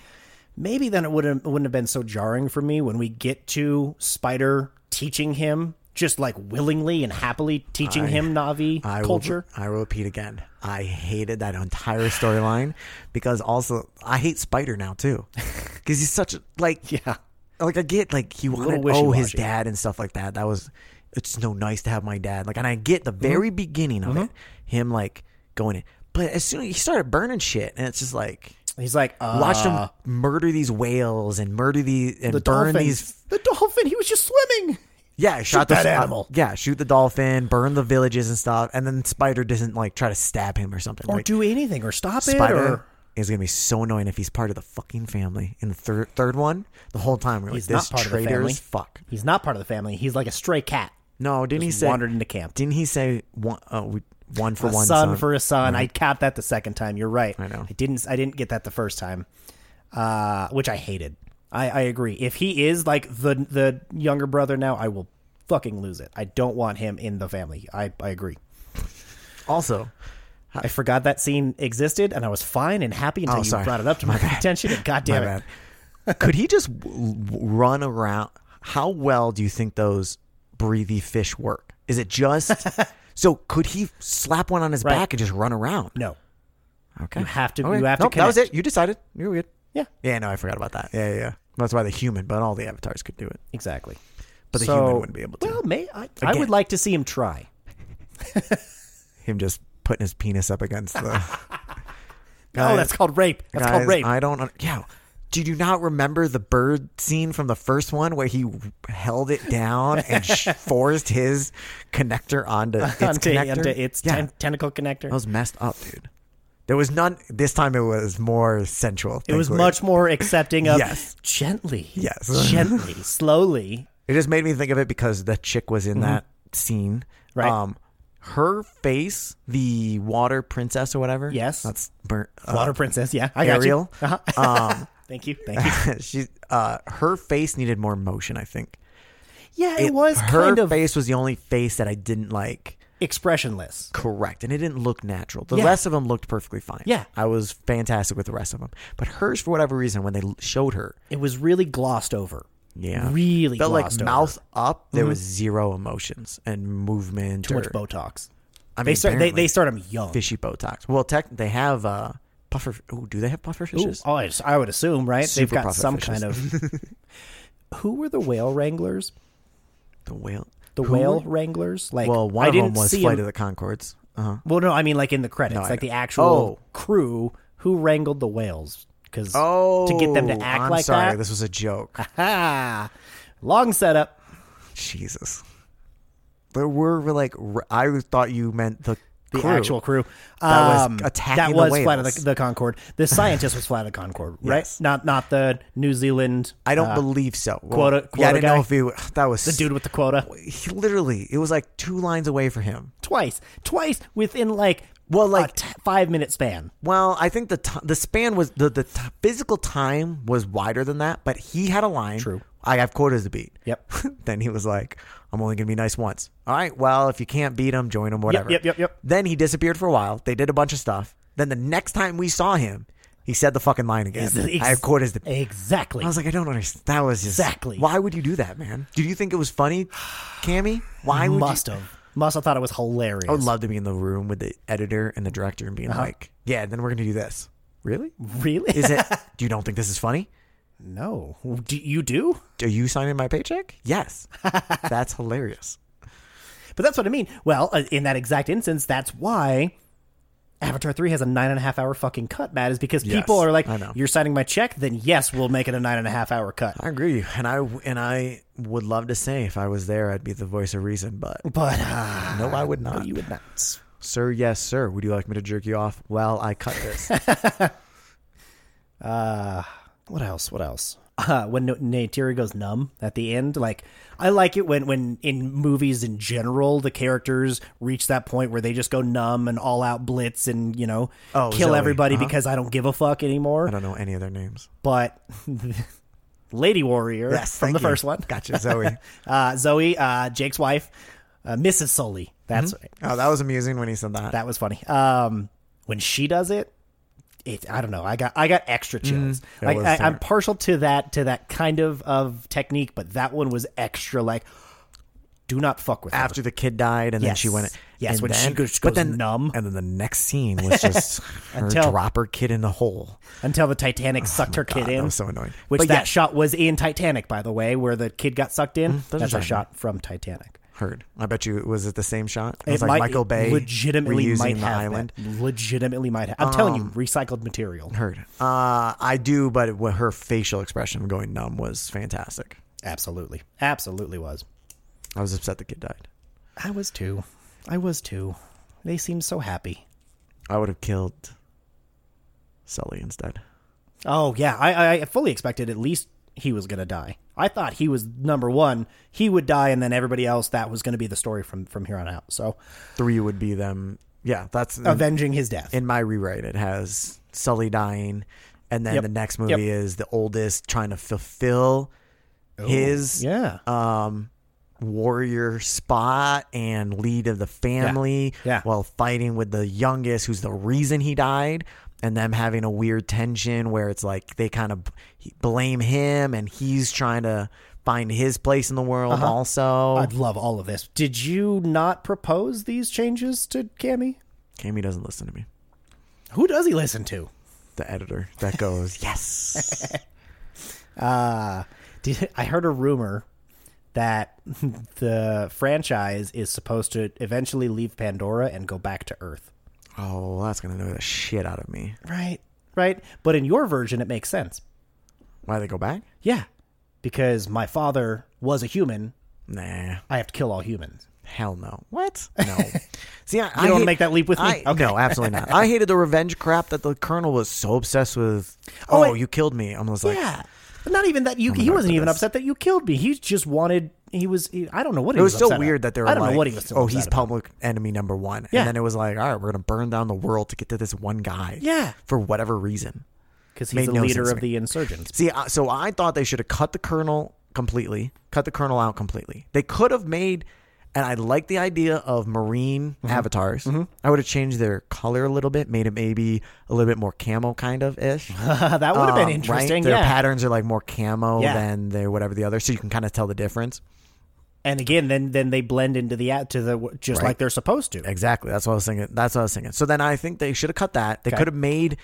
maybe then it wouldn't wouldn't have been so jarring for me when we get to Spider teaching him just like willingly and happily teaching him Navi
I
culture.
Will, I will repeat again. I hated that entire storyline because also I hate Spider now too because he's such a- like
Yeah.
like I get like he wanted
wishy-washy.
oh his dad and stuff like that. That was it's no nice to have my dad like and I get
Mm-hmm.
the very beginning of it him like going in but as soon as he started burning shit and it's just like.
He's like, uh,
Watched him murder these whales and murder these and
the
burn
dolphin.
these
The dolphin. He was just swimming.
yeah, shot
Shoot
the
that
sp-
animal.
yeah, shoot the dolphin, burn the villages and stuff, and then Spider doesn't like try to stab him or something.
Or
like,
do anything, or stop it,
Spider
or
is gonna be so annoying if he's part of the fucking family in the third third one. The whole time we're like,
he's
this
not part of the
traitor
family.
as fuck.
He's not part of the family. He's like a stray cat.
No, didn't
Just
he say?
wandered into camp.
Didn't he say one? Oh, we, one for
a
one
son,
son
for a son. I caught that the second time. You're right.
I know.
I didn't. I didn't get that the first time, uh, which I hated. I, I agree. If he is like the the younger brother now, I will fucking lose it. I don't want him in the family. I, I agree.
Also,
I forgot that scene existed, and I was fine and happy until
Oh,
you
sorry.
brought it up to my, attention. And goddamn
my
it,
bad. Could he just w- w- run around? How well do you think those breathy fish work? Is it just so? Could he slap one on his
Right.
back and just run around?
no,
Okay,
you have to.
Okay.
You have
Nope,
to.
That was
connect.
it. You decided. You're good.
Yeah,
Yeah, no, I forgot about that. Yeah, yeah, yeah. That's why the human, but all the avatars could do it.
exactly.
But the
So-
human wouldn't be able to.
Well, may I, I
Again.
would like to see him try.
Him just putting his penis up against the.
oh, that's called rape. That's
Uh, guys,
called rape.
I don't. un- Yeah. Do you not remember the bird scene from the first one where he held it down and sh- forced his connector onto its
Onto-
connector?
onto its
yeah,
ten- tentacle connector.
that was messed up, dude. There was none. This time it was more sensual.
it was
thankfully.
much more accepting of
Yes.
gently,
Yes.
gently, slowly.
It just made me think of it because the chick was in that scene.
Mm-hmm.
Um,
Right.
her face, the water princess or whatever.
Yes.
That's burnt. uh,
Water princess, yeah, I got
Ariel.
You. Uh-huh.
um,
Thank you, thank you.
she, uh, her face needed more motion. I think
Yeah, it, was
Her
kind of
face was the only face that I didn't like
expressionless.
correct, and it didn't look natural. The
Yeah.
rest of them looked perfectly fine.
Yeah.
I was fantastic with the rest of them, but hers, for whatever reason, when they l- showed her,
It was really glossed over.
yeah,
Really
felt like
glossed over. Mm-hmm.
mouth up. There was zero emotions and movement.
Too
or,
much Botox.
I mean,
They start. They,
apparently-
they start them young.
fishy Botox. Well, tech they have uh, puffer. Ooh, do they have puffer
Ooh,
fishes?
oh, I, just- I would assume, right? They've
Super
got
profit
some
fishes.
kind of. Who were the whale wranglers?
the whale.
The
Who-
whale wranglers, like
Well, one
I
of
didn't
them was
see
Flight
'em-
of the Concords. Uh-huh.
Well, no, I mean like in the credits,
No, Oh. I
like the
know.
actual crew who wrangled the whales, because
Oh,
to get them to act
I'm
like
sorry,
that. Uh,
this was a joke.
Ha! Long setup.
Jesus. There were like r- I thought you meant the
The
crew.
actual crew.
That was
Um,
attacking
That
the
was Flight of the,
whales.
the Concord. The scientist was Flight of the Concord, right?
Yes.
Not not the New Zealand.
I don't
uh,
believe so. Well,
quota-
yeah, I
quota
didn't
guy?
know if he. w- That was
the dude with the quota.
He literally, it was like two lines away for him.
Twice, twice within like
Well, like-
a t- five minute span.
Well, I think the t- the span was the the t- physical time was wider than that, but he had a line.
True.
I have quotas to beat.
Yep.
then he was like, "I'm only gonna be nice once." All right. Well, if you can't beat him, join him. Whatever.
yep, yep, yep.
Then he disappeared for a while. They did a bunch of stuff. Then the next time we saw him, he said the fucking line again.
Is it ex-
I have quotas to. beat.
Exactly.
I was like, I don't understand. That was just
Exactly.
Why would you do that, man? Did you think it was funny, Cammy? Why would
must
you? Oh,
have. Must have thought it was hilarious.
I would love to be in the room with the editor and the director and being like, "Yeah, then we're gonna do this." Really?
Uh-huh. really?
Is it? do you don't think this is funny?
no. Do you do?
Are you signing my paycheck? Yes. That's hilarious.
But that's what I mean. Well, uh, in that exact instance, that's why Avatar 3 has a nine and a half hour fucking cut, Matt, is because
Yes,
people are like,
I know.
you're signing my check, then yes, we'll make it a nine and a half hour cut.
I agree, and I and I would love to say if I was there, I'd be the voice of reason, but
But uh,
no, I would not.
you would not.
Sir, yes, sir. Would you like me to jerk you off? Well, I cut this.
What else? What else? Uh, when N- Neytiri goes numb at the end, like I like it when when in movies in general the characters reach that point where they just go numb and all out blitz and you know
Oh,
kill
Zoe.
everybody
Uh-huh.
because I don't give a fuck anymore.
I don't know any of their names.
But Lady Warrior from
thank
the
you.
first one,
Gotcha, Zoe.
uh, Zoe, uh, Jake's wife, uh, Mrs. Sully. That's right.
oh, that was amusing when he said that.
That was funny. Um, when she does it, it I don't know. I got I got extra chills.
That
like
Mm-hmm. was
I, I'm
smart.
partial to that to that kind of of technique, but that one was extra. Like, do not fuck with her.
After the kid died, and then she
Yes.
went.
Yes,
and
when she
then-
goes-
but
goes
then,
numb.
and then the next scene was just her
Until-
drop her kid in the hole.
until the Titanic sucked her kid
Oh God,
in.
that was so annoying.
Which
But
that
yeah.
shot was in Titanic, by the way, where the kid got sucked in.
doesn't
That's a
sound
shot from Titanic.
Heard. I bet you was it the same shot. It,
It
was like
might-
Michael
it
Bay
legitimately
reusing
might
the
have
island. Um,
that. Legitimately might have. I'm telling you, recycled material.
Heard. Uh, I do, but it- her facial expression going numb was fantastic.
Absolutely, absolutely was.
I was upset the kid died.
I was too. I was too. They seemed so happy.
I would have killed Sully instead.
Oh yeah, I- I, I fully expected at least he was gonna die. I thought he was number one. He would die, and then everybody else. That was gonna be the story from from here on out. So
Three would be them. Yeah, that's
avenging his death.
in my rewrite. It has Sully dying, and then
Yep.
the next movie
Yep. Oh,
is the oldest trying to fulfill his
yeah,
um warrior spot and lead of the family
Yeah.
while fighting with the youngest who's the reason he died and them having a weird tension where it's like they kind of b- blame him and he's trying to find his place in the world
Uh-huh.
also
I'd love all of this. Did you not propose these changes to Cammy?
Cammy doesn't listen to me
Who does he listen to?
the editor that goes yes
Did, I heard a rumor that the franchise is supposed to eventually leave Pandora and go back to Earth.
oh that's gonna annoy the shit out of me
Right. Right. But in your version, it makes sense.
why they go back
Yeah. Because my father was a human.
nah
I have to kill all humans.
Hell no. What? No. See, I, I
don't wanna
hate-
make that leap with me?
I,
Okay.
No, absolutely not. I hated the revenge crap that the colonel was so obsessed with.
Oh,
Oh,
I-
you killed me. I'm just like,
yeah. But not even that you he
God,
wasn't even
this.
upset that you killed me. He just wanted he was he, I don't know what he
it was, so
upset
weird
about.
that they were
I don't
like,
know what he was so
oh,
upset
he's
about.
public enemy number one.
Yeah.
And then it was like, all right, we're going to burn down the world to get to this one guy.
Yeah.
For whatever reason.
because
made
he's the
no
leader
sense to
of
me.
the insurgents.
See, I- so I thought they should have cut the colonel completely, cut the colonel out completely. They could have made, and I like the idea of marine
Mm-hmm.
avatars. I would have changed their color a little bit, made it maybe a little bit more camo kind of ish.
that would have
Um,
been
right?
interesting.
Their
Yeah.
patterns are like more camo
Yeah.
than they whatever the other, so you can kind of tell the difference.
and again, then then they blend into the at to the just
Right.
like they're supposed to.
Exactly. That's what I was thinking. That's what I was thinking. So then I think they should have cut that. They
Okay.
could have made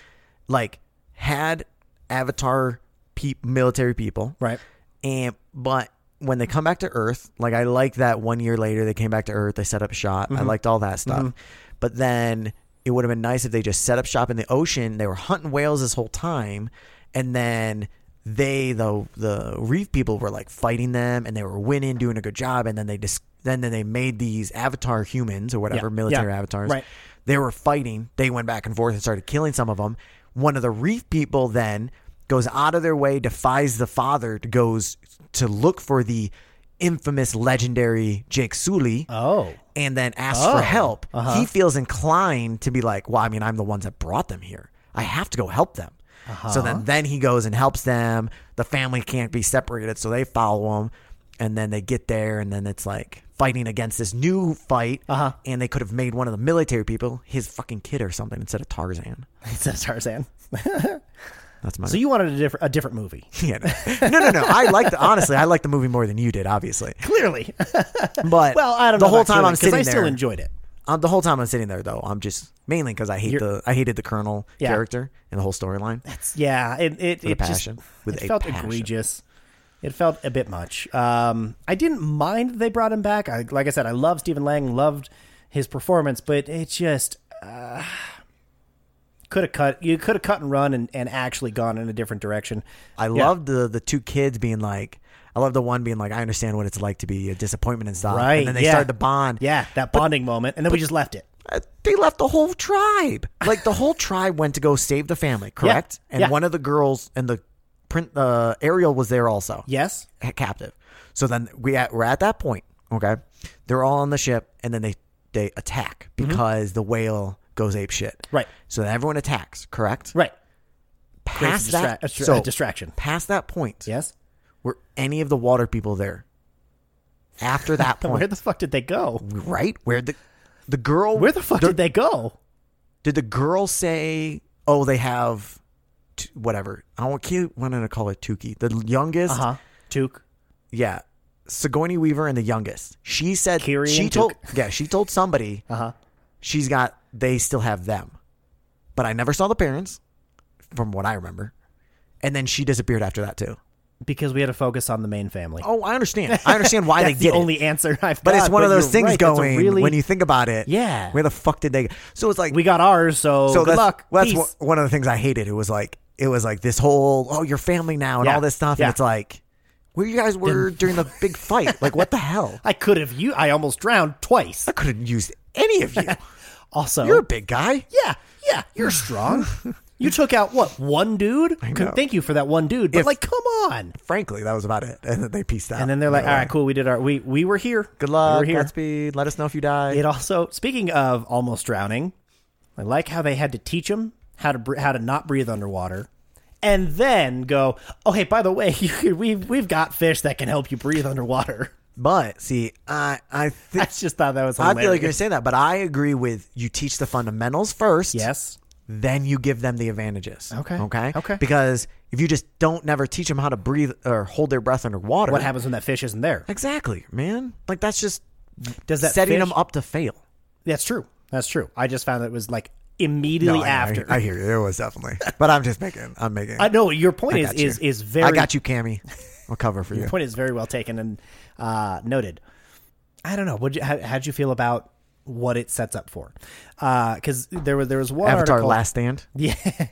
like had Avatar peop military people,
Right.
And but when they come back to Earth, like I like that one year later they came back to Earth, they set up shop.
Mm-hmm.
I liked all that stuff. But then it would have been nice if they just set up shop in the ocean. They were hunting whales this whole time, and then they the the reef people were like fighting them, and they were winning, doing a good job, and then they just then then they made these avatar humans or whatever
Yeah.
military
Yeah.
avatars.
Right.
They were fighting. They went back and forth and started killing some of them. One of the reef people then goes out of their way, defies the father, to goes to look for the infamous legendary Jake Sully.
Oh.
And then asks
Oh.
for help. He feels inclined to be like, well, I mean, I'm the ones that brought them here. I have to go help them. So
Uh-huh.
then, then he goes and helps them. The family can't be separated, so they follow him. And then they get there, and then it's like fighting against this new fight. Uh-huh. And they could have made one of the military people his fucking kid or something instead of Tarzan.
It says Tarzan.
That's my
So you wanted a different a different movie.
Yeah, no. no, no, no. I like the honestly, I like the movie more than you did, obviously.
Clearly.
But
well, I don't
the
know.
whole
about
time
clearly,
I'm
'cause
sitting
I still
there.
enjoyed it.
um, the whole time I'm sitting there though, I'm just mainly because I hate the I hated the Colonel
Yeah.
character and the whole storyline.
Yeah, it it, it
passion.
just
With
it
a
felt
passion.
egregious. It felt a bit much. Um, I didn't mind they brought him back. I, like I said, I love Stephen Lang, loved his performance, but it just uh, could have cut. You could have cut and run and, and actually gone in a different direction.
I loved the the two kids being like, I love the one being like, I understand what it's like to be a disappointment and stuff.
Right,
and then they
yeah.
started to bond.
Yeah, that bonding moment, and then we just left it.
Uh, they left the whole tribe. Like the whole tribe went to go save the family, correct? And
yeah.
one of the girls and the print uh, Ariel was there also.
Yes,
ha- captive. So then we at, we're at that point. Okay, they're all on the ship, and then they they attack because the whale goes ape shit.
Mm-hmm. Right.
So then everyone attacks. Correct.
right. Creates
Past
a
that,
distra- a tr-
so
a distraction.
Past that point,
Yes.
were any of the water people there? After that
Where
point,
the fuck did they go?
right? Where the the girl?
Where the fuck did they go?
did the girl say? Oh, they have t- whatever. I don't keep wanting to call it Tuki. The youngest.
Uh huh. Took.
Yeah. Sigourney Weaver and the youngest. She said
Kiri
she
and
told
Duke.
yeah, she told somebody
Uh huh.
she's got they still have them. But I never saw the parents from what I remember. And then she disappeared after that too.
Because we had to focus on the main family.
Oh, I understand. I understand why they
That's the
did it.
only answer I've
but
got,
it's one of those
you're
things
right, that's a
going
really-
when you think about it.
Yeah.
Where the fuck did they go? So it's like
we got ours, so,
so
good
that's,
luck.
well, that's
Peace.
one- one of the things I hated. It was like it was like this whole oh your family now and
Yeah.
all this stuff
Yeah.
and it's like where you guys were during the big fight. Like what the hell?
I could have you. I almost drowned twice.
I could have used any of you.
Also,
You're a big guy.
yeah, yeah, you're strong. you took out what one dude?
know.
Thank you for that one dude. But
If-
like, come on.
Frankly, that was about it. And then they pieced out.
And then they're like, all right, cool. We did our. We we were here.
good
We
luck.
were here.
Godspeed. Let us know if you die.
It also. Speaking of almost drowning, I like how they had to teach him how to br- how to not breathe underwater. And then go, oh hey, by the way, you, we we've got fish that can help you breathe underwater.
But see, I I
I
think
just thought that was
I
hilarious.
feel like you're gonna say that, but I agree with you. Teach the fundamentals first.
yes.
Then you give them the advantages.
Okay.
Okay.
Okay.
Because if you just don't never teach them how to breathe or hold their breath underwater,
What happens when that fish isn't there?
Exactly, man. Like that's just
Does that
setting
fish-
them up to fail.
That's true. That's true. I just found that it was like immediately after.
Oh, I, hear you. It was definitely, but I'm just making. I'm making.
I know your point is,
got you.
is is very.
I got you, Cammy. I'll cover for you.
Your point is very well taken and uh, noted. I don't know. Would you, how how'd you feel about what it sets up for? Because there was there was one
Avatar:
article-
Last Stand.
Yeah.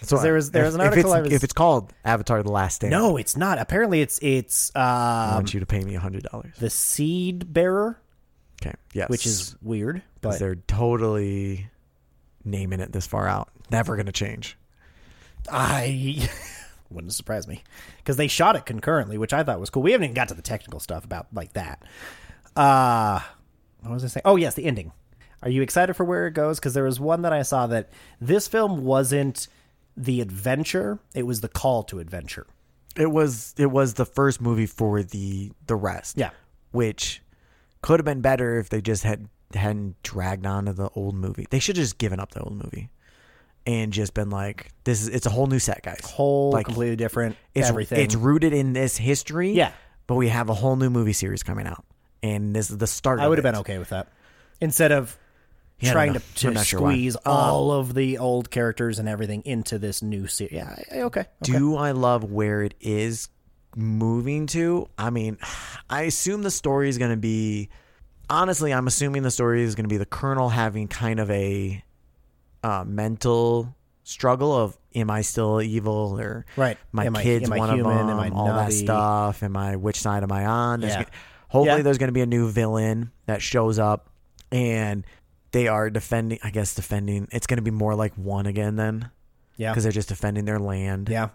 So
there was- there was an
if
article
It's,
I was-
If it's called Avatar: The Last Stand,
No, it's not. Apparently, it's it's
I
uh,
want you to pay me hundred dollars.
the seed bearer,
Okay. Yes.
which is weird.
'Cause
But
they're totally naming it this far out. Never gonna change.
I wouldn't surprise me because they shot it concurrently, which I thought was cool. We haven't even got to the technical stuff about like that. Uh what was I saying? Oh yes, the ending. Are you excited for where it goes? Because there was one that I saw that this film wasn't the adventure; it was the call to adventure.
It was. It was the first movie for the the rest.
Yeah.
Which could have been better if they just had hadn't dragged on to the old movie. They should have just given up the old movie and just been like, "This is it's a whole new set, guys.
Whole
like,
completely different.
it's,
everything.
It's rooted in this history.
Yeah.
But we have a whole new movie series coming out, and this is the start.
I
of
would have
it.
been okay with that instead of
Yeah, I don't
trying
know.
to,
I'm
to
not sure why. Uh,
squeeze all of the old characters and everything into this new series. Yeah, I- I- okay. okay.
Do I love where it is moving to? I mean, I assume the story is going to be. Honestly, I'm assuming the story is going to be the colonel having kind of a uh, mental struggle of am I still evil or
Right.
my
Am I-
kids
am I
one of
human?
them
Am I
all that
nutty?
stuff am I which side am I on There's
Yeah.
gonna- hopefully
Yeah.
there's going to be a new villain that shows up and they are defending I guess defending it's going to be more like one again then
yeah,
because they're just defending their land
yeah.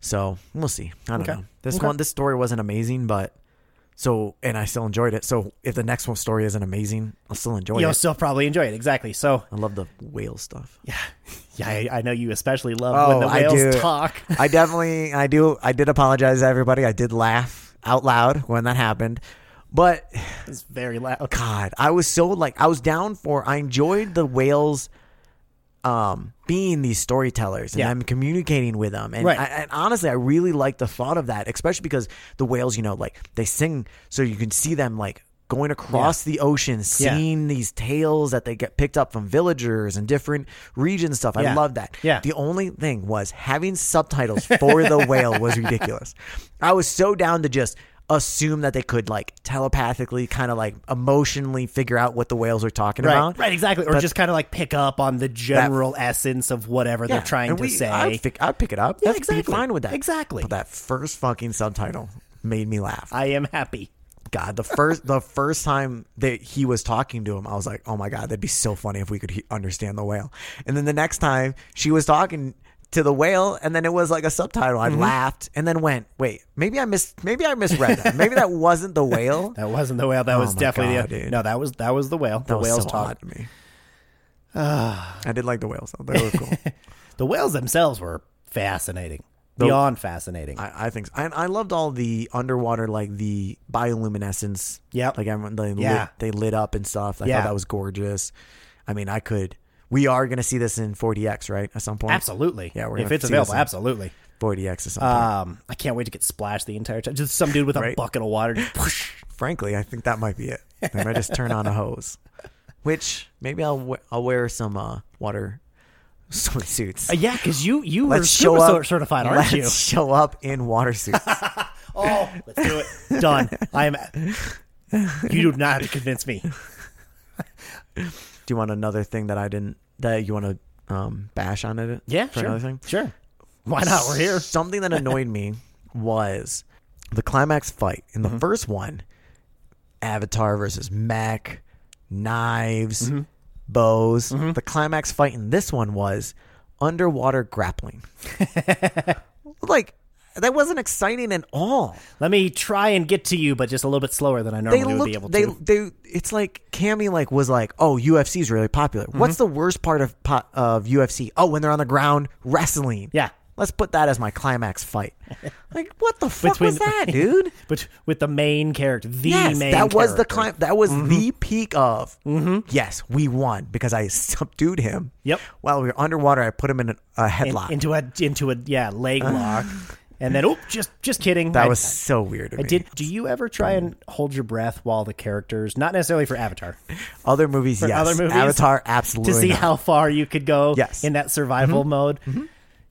so we'll see. I don't
Okay.
know. This
Okay.
one, this story wasn't amazing, but so and I still enjoyed it. So if the next one story isn't amazing, I'll still enjoy
You'll
it.
still probably enjoy it. Exactly. So
I love the whale stuff.
yeah, I, I know you especially love
Oh,
when the
I
whales
do.
talk.
I definitely, I do, I did apologize to everybody. I did laugh out loud when that happened, but
It's very loud.
Oh, God, I was so like I was down for. I enjoyed the whales, um, being these storytellers and
Yeah.
I'm communicating with them. And,
Right.
I, and honestly, I really like the thought of that, especially because the whales, you know, like they sing, so you can see them like going across the ocean, seeing these tales that they get picked up from villagers and different regions stuff.
Yeah.
I love that.
Yeah.
The only thing was having subtitles for the whale was ridiculous. I was so down to just assume that they could like telepathically kind of like emotionally figure out what the whales are talking
Right,
about.
right, exactly. Or
But-
just kind of like pick up on the general essence of whatever
Yeah,
they're trying
and
to
we-
say.
I'd, fi- I'd pick it up.
Yeah,
I'd be
exactly.
fine with that.
Exactly.
But that first fucking subtitle made me laugh.
I am happy.
God, the first the first time that he was talking to him, I was like, "Oh my god, that'd be so funny if we could he- understand the whale." And then the next time she was talking to the whale, and then it was like a subtitle. I laughed and then went, "Wait, maybe I mis maybe I misread that. Maybe that wasn't the whale."
That wasn't the whale. That was
Oh my
definitely
God,
the
dude.
no. That was that was the whale. the
That was
whales
so
talk.
odd to me. I did like the whales. though. They were cool.
The whales themselves were fascinating, beyond fascinating.
I, I think so. And I loved all the underwater, like the bioluminescence.
Yep.
Like everyone, they,
Yeah.
lit, they lit up and stuff. I
Yeah.
thought that was gorgeous. I mean, I could. We are going to see this in 40X, right? At some point?
absolutely.
Yeah, we're
if
gonna
it's
see this
available,
in-
absolutely.
40X at some point.
Um, I can't wait to get splashed the entire time. Just some dude with a
Right.
bucket of water. Just whoosh.
Frankly, I think that might be it. They might just turn on a hose, which maybe I'll, we- I'll wear some uh, water swimsuits.
Uh, yeah, because you you were
Let's show
super
up.
cer- certified, aren't
let's
you?
show up in water suits.
Oh, let's do it. Done. I am. You do not have to convince me.
Do you want another thing that I didn't that you want to um, bash on it? for Another thing?
Sure. Why not? We're here.
Something that annoyed me was the climax fight in the
Mm-hmm.
first one. Avatar versus Mech, knives,
Mm-hmm.
bows. The climax fight in this one was underwater grappling. like that wasn't exciting at all.
Let me try and get to you, but just a little bit slower than I normally
They
would
looked,
be able
they,
to.
they, it's like Cammy like was like, oh, UFC
Mm-hmm.
is really popular. What's the worst part of po- of UFC? Oh, when they're on the ground wrestling.
Yeah.
Let's put that as my climax fight. Like, what the fuck
Between-
was that, dude?
But with the main character, the
yes,
main
that was
character.
the
Mm-hmm.
clim- that was the peak of. Yes, we won because I subdued him.
Yep.
While we were underwater, I put him in a, a
In-
headlock.
into a into a yeah leg lock, and then oh, just just kidding.
that
I-
was so weird. to
I
me.
did. Do you ever try and hold your breath while the characters, not necessarily for Avatar,
other movies.
for
yes,
other movies,
Avatar
to
absolutely.
see
not.
how far you could go
Yes.
in that survival mode?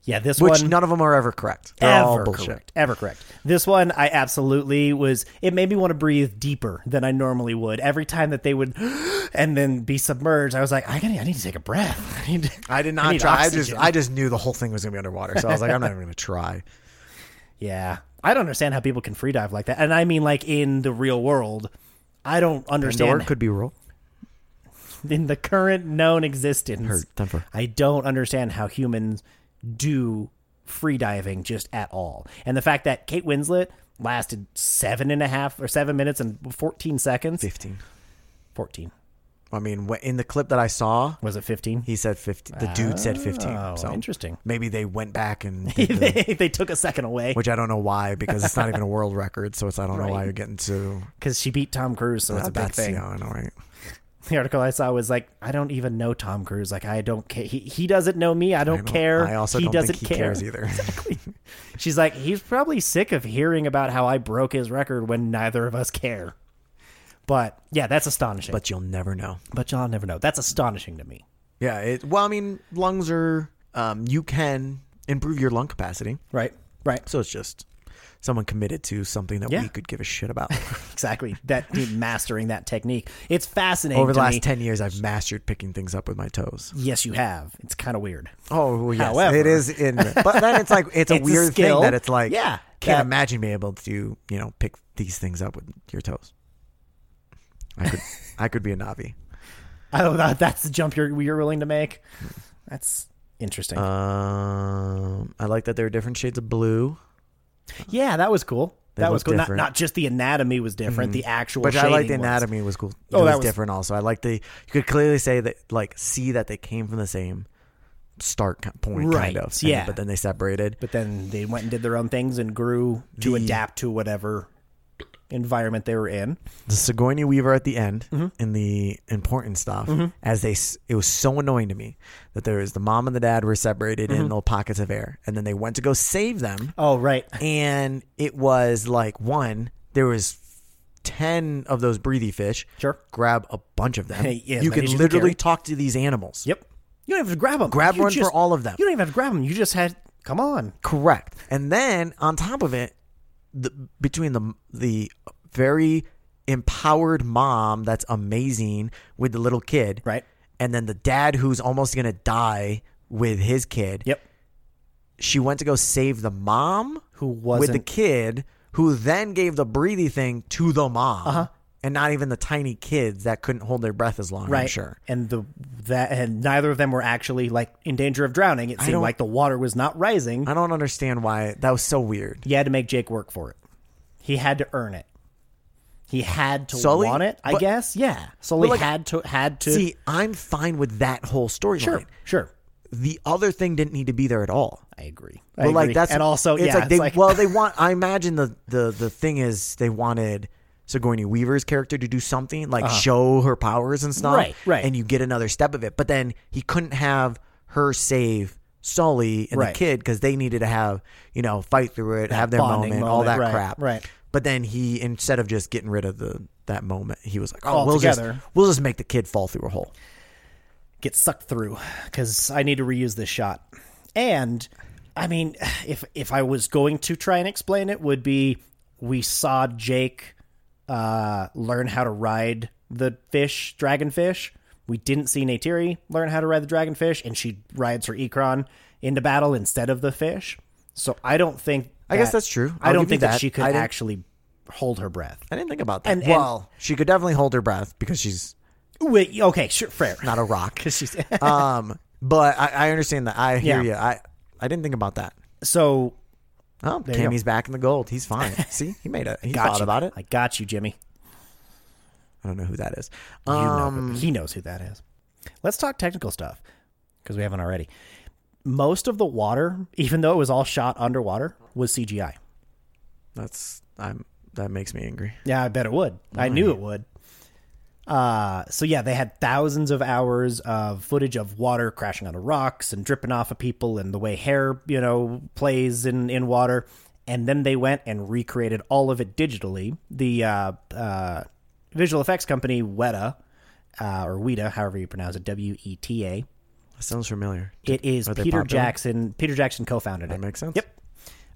Yeah, this
which
one
none of them are ever correct. They're
ever
all bullshit.
correct, ever correct. This one, I absolutely was. It made me want to breathe deeper than I normally would. Every time that they would, and then be submerged, I was like, I, gotta, I need to take a breath. I, need to,
I did not
need
try. I
oxygen.
just I just knew the whole thing was gonna be underwater, so I was like, I'm not even gonna try.
Yeah. I don't understand how people can free dive like that. And I mean like in the real world. I don't
Door
understand
could be real.
in the current known existence.
Hurt, time for-
I don't understand how humans do free diving just at all. And the fact that Kate Winslet lasted seven and a half or seven minutes and fourteen seconds.
Fifteen.
Fourteen.
I mean, wh- in the clip that I saw,
Was it fifteen?
he said fifteen. The dude said fifteen.
Oh,
so
interesting.
maybe they went back and did the-
they, they took a second away
which I don't know why because it's not even a world record. So it's I don't know why you're getting to
because she beat Tom Cruise, so it's a big
that's
thing.
Yeah, I know, right?
the article I saw was like, I don't even know Tom Cruise. Like, I don't care. He, he doesn't know me. I don't,
I don't-
care.
I also
he
don't
doesn't
think he
care.
cares either.
She's like, he's probably sick of hearing about how I broke his record when neither of us care. But yeah, that's astonishing. But,
but you'll never know.
but y'all never know. That's astonishing to me.
Yeah. It, well, I mean, lungs are. Um, you can improve your lung capacity.
Right. Right.
So it's just someone committed to something that
Yeah.
we could give a shit about.
Exactly. That dude mastering that technique. It's fascinating.
Over the
to
last
me.
ten years, I've mastered picking things up with my toes.
Yes, you have. It's kind of weird.
Oh, well, yes,
However-
it is in. But then it's like it's a
It's a
weird
skill.
thing that it's like
Yeah,
can't
that-
imagine being able to you know pick these things up with your toes. I could I could be a Navi.
Oh, that, that's the jump you're, you're willing to make. That's interesting.
Uh, Um, I like that there are different shades of blue,
Yeah, that was cool.
They
That was
look
cool. Not,
different.
not just the anatomy was different. The actual,
but I like the
shading was.
anatomy was cool.
Oh,
it was,
that was-
different also. I like the you could clearly say that like see that they came from the same start ki- point,
Right,
kind of. and-
yeah.
but then they separated.
But then they went and did their own things and grew to
The-
adapt to whatever environment they were in.
the Sigourney Weaver at the end
Mm-hmm.
in the important stuff as they s- it was so annoying to me that there was the mom and the dad were separated in little pockets of air and then they went to go save them
Mm-hmm. Oh, right.
and it was like one there was 10 of those breathy fish
Sure.
grab a bunch of them
Hey, yeah,
you
many
can
as you can
literally
carry.
talk to these animals
Yep. You don't have to grab them.
Grab
You
one for
just-
all of them.
You don't even have to grab them. You just had. Come on.
Correct. And then on top of it, the, between the the very empowered mom that's amazing with the little kid,
Right.
and then the dad who's almost gonna die with his kid.
Yep.
She went to go save the mom
Who
with
wasn't
the kid, who then gave the breathy thing to the mom,
Uh-huh.
and not even the tiny kids that couldn't hold their breath as long.
right?
I'm sure.
And the that and neither of them were actually like in danger of drowning. It seemed
don't-
like the water was not rising.
I don't understand why that was so weird.
you had to make Jake work for it. He had to earn it. He had to
Sully?
want it, I
But-
guess. Yeah, Sully
like-
had to had to.
See, I'm fine with that whole storyline.
sure, sure.
the other thing didn't need to be there at all.
I agree.
But
I
like
agree.
that's
and also
it's
yeah,
like
it's
they
like-
well they want I imagine the the the thing is they wanted Sigourney Weaver's character to do something like show her powers and stuff,
Uh-huh. Right, right.
And you get another step of it, but then he couldn't have her save Sully and
Right.
the kid because they needed to have you know fight through it, have their
bonding
moment, all
moment,
that
right,
crap,
right.
But then he instead of just getting rid of the that moment, he was like, oh, we'll
Altogether.
just we'll just make the kid fall through a hole.
get sucked through because I need to reuse this shot. And I mean, if if I was going to try and explain it, would be we saw Jake uh, learn how to ride the fish, dragonfish. We didn't see Neytiri learn how to ride the dragonfish, and she rides her Ekron into battle instead of the fish. So I don't think.
I guess
that-
that's true.
I
I'll
don't
give you
think that.
that.
she could
I didn't-
actually hold her breath.
I didn't think about that.
And- and-
well, she could definitely hold her breath because she's
Wait, okay, sure, fair.
not a rock.
She's-
um, but I, I understand that. I hear
Yeah.
you. I I didn't think about that.
so
Oh,
you
Cammy's back in the gold. He's fine. See, he made it. He
got
thought
you.
about it.
I got you, Jimmy.
I don't know who that is.
You know
Um,
who- he knows who that is. Let's talk technical stuff because we haven't already. most of the water, even though it was all shot underwater, was CGI.
That's I'm that makes me angry.
Yeah, I bet it would. I knew it would. Uh, so yeah, they had thousands of hours of footage of water crashing onto rocks and dripping off of people, and the way hair you know plays in in water. And then they went and recreated all of it digitally. The uh, uh, visual effects company Weta, uh, or Weta, however you pronounce it, W E T A.
That sounds familiar.
It is
Are they
Peter
popular?
Jackson. Peter Jackson co-founded it.
That makes sense.
Yep.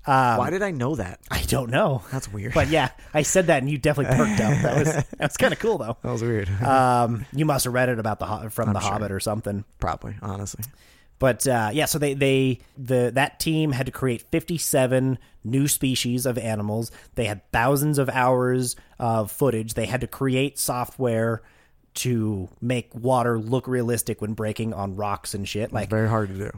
Why did I know that?
I don't know.
That's weird.
But yeah, I said that, and you definitely perked up. That was that was kind of cool though.
That was weird.
Um, you must have read it about the Ho- from the Hobbit or something.
Probably, honestly.
But uh, yeah, so they they the that team had to create 57 new species of animals. They had thousands of hours of footage. They had to create software to make water look realistic when breaking on rocks and shit. Like
Very hard to do.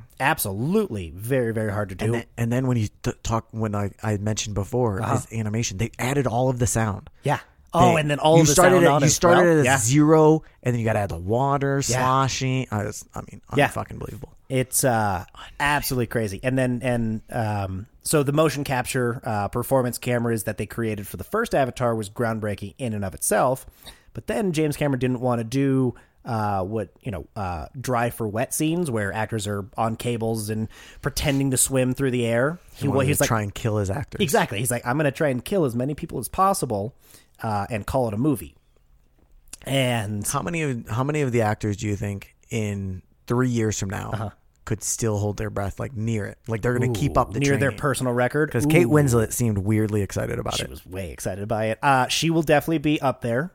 absolutely very very hard to do.
Mm-hmm. And, and then when you t- talk, when I, I had mentioned before,
Uh-huh.
is animation, they added all of the sound.
yeah. Oh,
They-
and then all
you
of the
started
sound
at,
on
you
as
started
well.
at a
yeah.
zero, and then you got to add the water sloshing. I, was, I mean,
Yeah.
fucking believable.
It's uh, absolutely crazy. And then and um, so the motion capture uh, performance cameras that they created for the first Avatar was groundbreaking in and of itself. But then James Cameron didn't want to do uh, what you know uh, dry for wet scenes where actors are on cables and pretending to swim through the air. He,
Wanted
well, he's
to
like
try and kill his actors.
Exactly. He's like, I'm going to try and kill as many people as possible uh, and call it a movie. And
How many of how many of the actors do you think in three years from now
Uh-huh.
could still hold their breath like near it? Like they're going to keep up the
near their
training?
personal record.
Because
Ooh.
Kate Winslet seemed weirdly excited about
She
it.
was way excited by it. Uh, she will definitely be up there.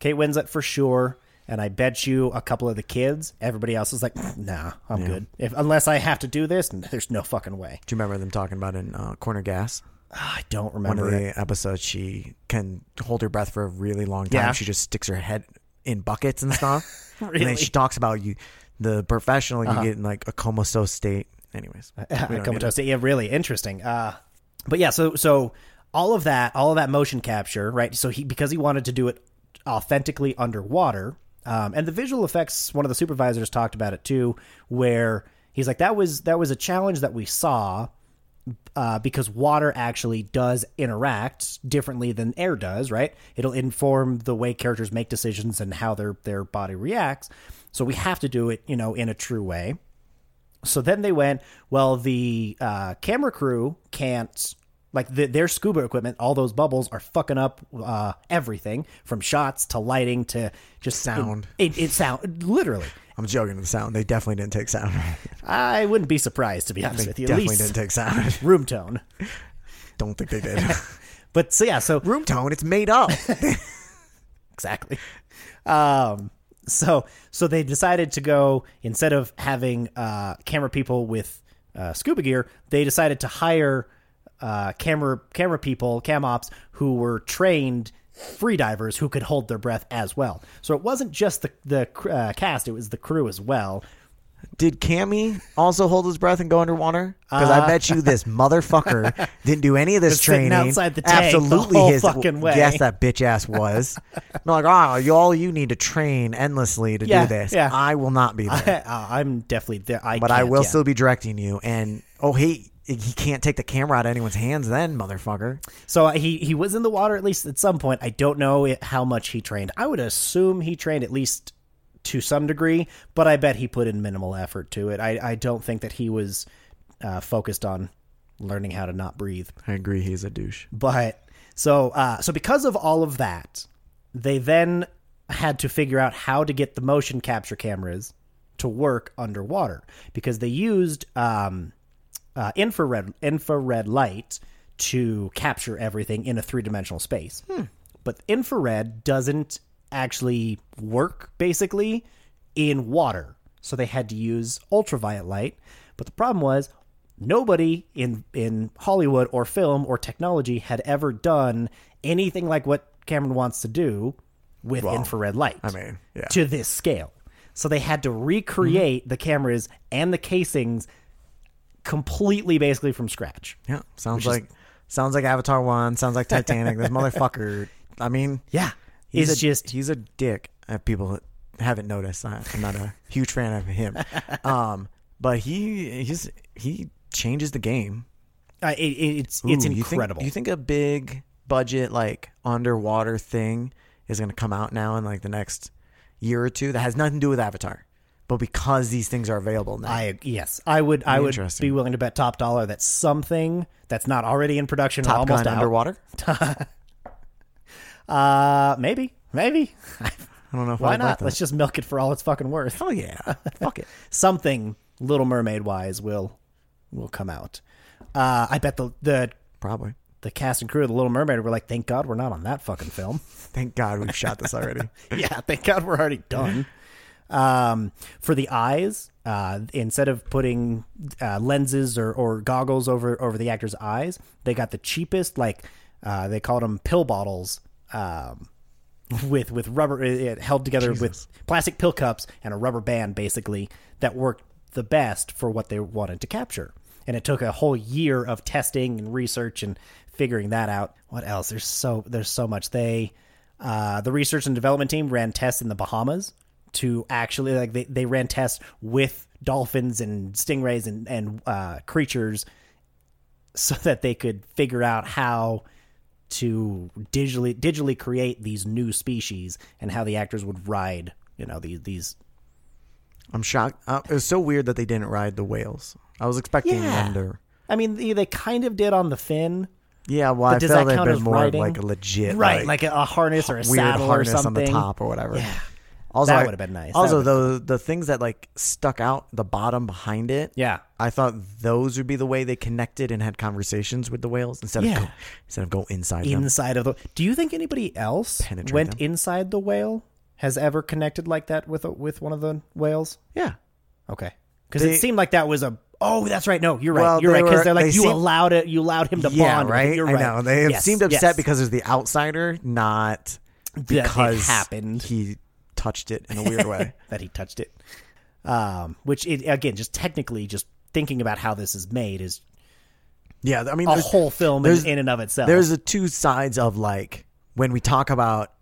Kate Winslet for sure. And I bet you a couple of the kids. Everybody else is like, nah, I'm good. If unless I have to do this, n- there's no fucking way.
Do you remember them talking about in uh, Corner Gas?
Ah, I don't
One
remember
of
it.
the episodes, she can hold her breath for a really long time.
Yeah.
She just sticks her head in buckets and stuff. And
Really? Uh-huh.
then she talks about you, the professional, you get in like a comatose state. Anyways, we don't need
Comatose. Yeah, really interesting. Uh, but yeah, so so all of that, all of that motion capture, right? So he because he wanted to do it authentically underwater, um, and the visual effects. One of the supervisors talked about it too, where he's like, "That was that was a challenge that we saw." uh, because water actually does interact differently than air does, right? It'll inform the way characters make decisions and how their their body reacts. So we have to do it, you know, in a true way. So then they went, well, the uh, camera crew can't like the, their scuba equipment. All those bubbles are fucking up uh, everything from shots to lighting to just
Sound.
It, it, it sound literally.
I'm joking with the sound. They definitely didn't take sound.
I wouldn't be surprised to be honest
they
with you. At
definitely
least
didn't take sound.
room tone.
Don't think they did.
But so yeah, so
Room tone, it's made up.
exactly. Um, so so they decided to go instead of having uh, camera people with uh, scuba gear, they decided to hire uh, camera camera people, cam ops who were trained free divers who could hold their breath as well. So it wasn't just the the uh, cast; it was the crew as well.
Did Cammy also hold his breath and go underwater? Because I bet you this motherfucker didn't do any of this
Uh. sitting
training.
outside the tank the whole fucking way.
Yes, that bitch ass was. I'm like, oh, you, all you need to train endlessly to
Yeah,
do this.
yeah.
I will not be there,
Uh, I'm definitely there. I
but I
can't,
will
yeah.
still be directing you. And oh, hey, he can't take the camera out of anyone's hands, then motherfucker.
So he he was in the water at least at some point. I don't know it, how much he trained. I would assume he trained at least to some degree, but I bet he put in minimal effort to it. I I don't think that he was uh, focused on learning how to not breathe.
I agree, he's a douche.
But so uh, so because of all of that, they then had to figure out how to get the motion capture cameras to work underwater because they used um, uh, infrared infrared light to capture everything in a three dimensional space.
Hmm.
But infrared doesn't actually work basically in water, so they had to use ultraviolet light. But the problem was nobody in in Hollywood or film or technology had ever done anything like what Cameron wants to do with infrared light. I
mean, yeah. Mm-hmm.
to this scale. So they had to recreate the cameras and the casings completely basically from scratch.
Yeah, sounds like sounds like Avatar One. Sounds like Titanic. this motherfucker. I mean,
Yeah.
He's
It's
a,
just-
he's a uh, dick. If people haven't noticed, I- I'm not a huge fan of him. Um, But he he's, he changes the game.
Uh, it, it- it's it's
Ooh, you think-
incredible.
You think, a big budget like underwater thing is going to come out now in like the next year or two that has nothing to do with Avatar, but because these things are available now,
I yes, I would I would
Interesting.
be willing to bet top dollar that something that's not already in production or
Top
almost
Gun
out.
underwater.
Uh, maybe, maybe.
I don't know if
Why
I'd
not?
Like that.
Let's just milk it for all it's fucking worth.
Oh yeah, fuck it.
Something Little Mermaid wise will will come out. Uh, I bet the the
Probably.
the cast and crew of the Little Mermaid were like, thank God we're not on that fucking film.
Thank God we've shot this already.
yeah, thank God we're already done. Um, for the eyes, uh, instead of putting uh, lenses or, or goggles over over the actor's eyes, they got the cheapest like uh, they called them pill bottles. Um, with with rubber it- it held together with plastic pill cups and a rubber band basically that worked the best for what they wanted to capture and it took a whole year of testing and research and figuring that out what else there's so there's so much they uh, the research and development team ran tests in the bahamas to actually like they, they ran tests with dolphins and stingrays and, and uh, creatures so that they could figure out how to digitally digitally create these new species and how the actors would ride you know these these
I'm shocked. Uh, it was so weird that they didn't ride the whales. I was expecting
Yeah.
them to.
i mean they, they kind of did on the fin
Yeah, well,
But
I
does
felt
that
they'd
count
been
as
more of,
riding?
like a legit,
right
like,
like, a, a harness or a
weird
saddle or
harness
something
on the top or whatever.
Yeah.
Also,
That
I-
would've been nice. That
Also,
would've been
the the things that like stuck out the bottom behind it.
Yeah.
I thought those would be the way they connected and had conversations with the whales instead
Yeah.
of go, instead of go inside them.
inside of the do you think anybody else
Penetrate
went
them.
inside the whale has ever connected like that with a, with one of the whales
Yeah.
okay because
They-
it seemed like that was a oh that's right no you're right
Well,
you're
they
right because
were-
they're like
they
you
seem-
allowed it you allowed him to
Yeah,
bond with
right.
it. you're
I
right
know they
Yes,
seemed upset
yes.
because it was the outsider, not
That it
because
happened.
He touched it in a weird way.
that he touched it. Um, which it again, just technically, just thinking about how this is made is
yeah, I mean,
a
there's-
whole film
there's-
in, in and of itself.
there's the two sides of like when we talk about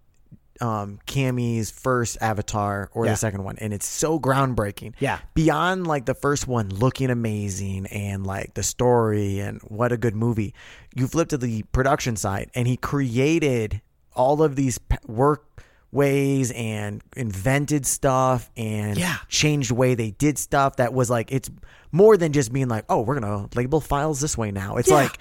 um Cammy's first avatar or
Yeah.
the second one and it's so groundbreaking.
Yeah.
Beyond like the first one looking amazing and like the story and what a good movie. You flip to the production side and he created all of these p- work ways and invented stuff and
Yeah.
changed the way they did stuff that was like it's more than just being like oh we're gonna label files this way now it's like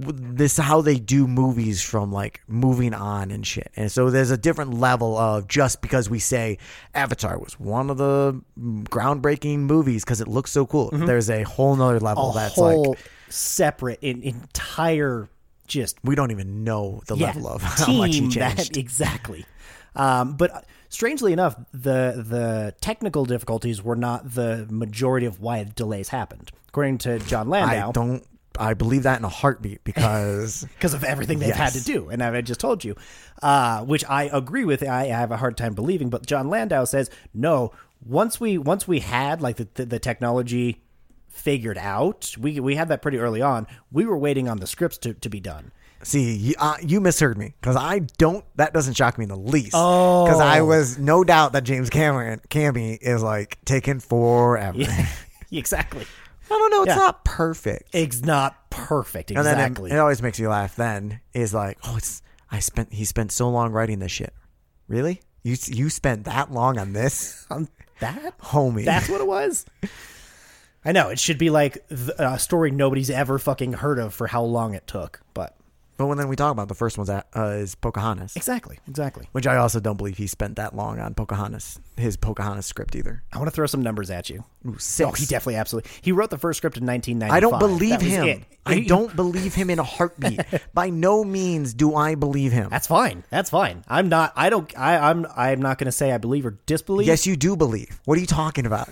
w- this how they do movies from like moving on and shit and so there's a different level of just because we say avatar was one of the groundbreaking movies because it looks so cool there's a whole nother level
Mm-hmm. a
that's
whole
like
separate, in, entire, just
we don't even know the
yeah,
level of
team
how much he changed
that exactly. Um, but strangely enough, the the technical difficulties were not the majority of why delays happened, according to John Landau.
i don't i believe that in a heartbeat because
because of everything they've had to
Yes.
do. And I just told you, uh, which I agree with. I, I have a hard time believing, but John Landau says no. Once we once we had like the, the, the technology figured out, we we had that pretty early on. We were waiting on the scripts to, to be done.
See, you, uh, you misheard me because I don't. That doesn't shock me in the least. Oh, because I was no doubt that James Cameron Cammy is like taking forever.
exactly.
I don't know. It's
Yeah.
not perfect.
It's not perfect.
and then it-
Exactly.
it, always makes you laugh. Then is like, oh, it's I spent. He spent so long writing this shit. Really? You s- you spent that long on this,
Um, that
homie?
That's what it was. I know it should be like th- a story nobody's ever fucking heard of for how long it took, but
but when then we talk about the first one's at, uh, is Pocahontas,
exactly, exactly.
which I also don't believe he spent that long on Pocahontas, his Pocahontas script either.
I want to throw some numbers at you.
six.
Oh, he definitely absolutely. He wrote the first script in 1995.
I don't
That
believe
was
him.
it.
I
He-
don't believe him in a heartbeat. By no means do I believe him.
That's fine. That's fine. I'm not. I don't. I, I'm. I'm not going to say I believe or disbelieve.
yes, you do believe. What are you talking about?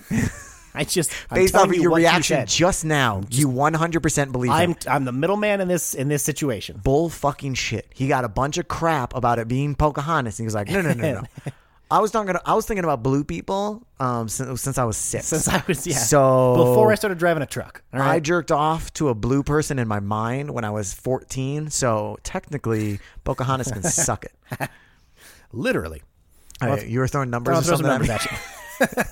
I just I'm
Based
telling
off of
you
your
what you
reaction
said.
just now, you 100% believe him.
I'm. I'm the middleman in this in this situation.
Bull fucking shit. He got a bunch of crap about it being Pocahontas, and he was like, no, no, no, no. no. I was talking. I was thinking about blue people um, since, since I was six.
Since I was yeah.
So-
before I started driving a truck. All
I
right.
jerked off to a blue person in my mind when I was 14. So technically, Pocahontas can suck it.
Literally.
All right, you were throwing numbers
I'll throw
or
some
something at me?
numbers at you.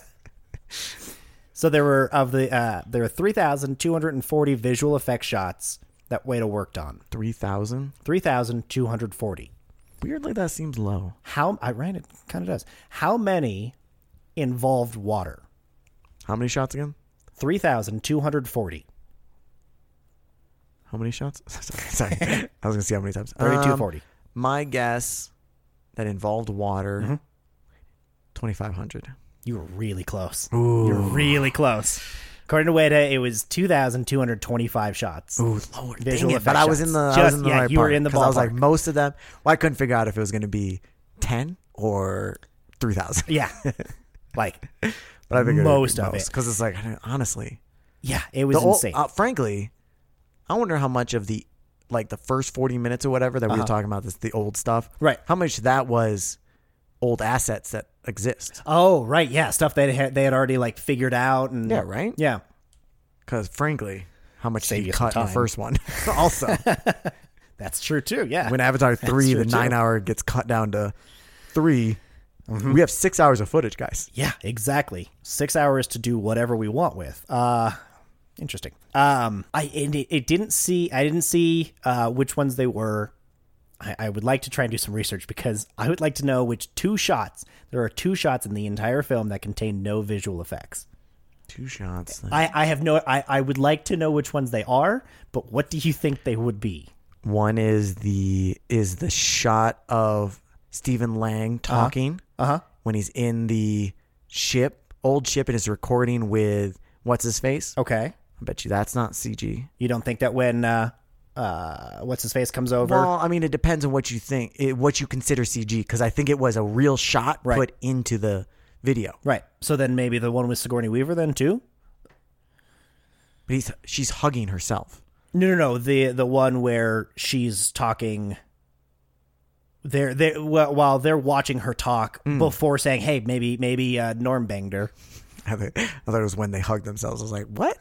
So there were of the uh, there were three thousand two hundred and forty visual effects shots that Weta worked on.
Three thousand.
Three thousand two hundred forty.
Weirdly, that seems low.
How I ran it kind of does. How many involved water?
How many shots again?
Three thousand two hundred forty.
How many shots? Sorry, sorry. I was gonna see how many times. Um,
Thirty-two forty.
My guess that involved water. five hundred.
You were really close. You're really close. According to Weta, it was two thousand two hundred twenty-five shots.
Ooh, Lord,
Visual
dang it! But I
effect
was in the,
shots.
I was
Just-
in the
yeah,
right
you were
part,
in the
'cause I was like
ballpark.
most of them. Well, I couldn't figure out if it was going to be ten or three thousand.
Yeah, like
But I figured
most of it.
because it's like I don't- honestly,
yeah, it
the
was
whole-
insane.
uh, frankly, I wonder how much of the like the first forty minutes or whatever that we were talking about this the old stuff,
Uh-huh. Right.
How much that was old assets that exist?
oh right, yeah, stuff they had they had already like figured out and
Yeah, right?
yeah.
Because frankly, how much
Save
did you
you some
cut in the
time.
first one? also,
That's true too. Yeah,
when Avatar three,
true,
the
too.
nine hour gets cut down to 3
Mm-hmm.
We have six hours of footage, guys.
Yeah, exactly. Six hours to do whatever we want with. Uh, interesting. Um, I and it, it didn't see. I didn't see uh, which ones they were. I, I would like to try and do some research because I would like to know which two shots. There are two shots in the entire film that contain no visual effects.
Two shots.
I, I have no. I, I would like to know which ones they are. But what do you think they would be?
One is the is the shot of Stephen Lang talking
Uh-huh.
when he's in the ship, old ship, and is recording with what's his face.
Okay.
I bet you that's not CG.
You don't think that when uh, uh, what's his face comes over?
Well, I mean, it depends on what you think, it, what you consider CG, because I think it was a real shot
Right.
put into the video.
right. So then maybe the one with Sigourney Weaver then too.
But he's, she's hugging herself.
No, no, no. The the one where she's talking. They're they well, while they're watching her talk before saying, "Hey, maybe maybe uh, Norm banged her."
I thought I thought it was when they hugged themselves. I was like, what?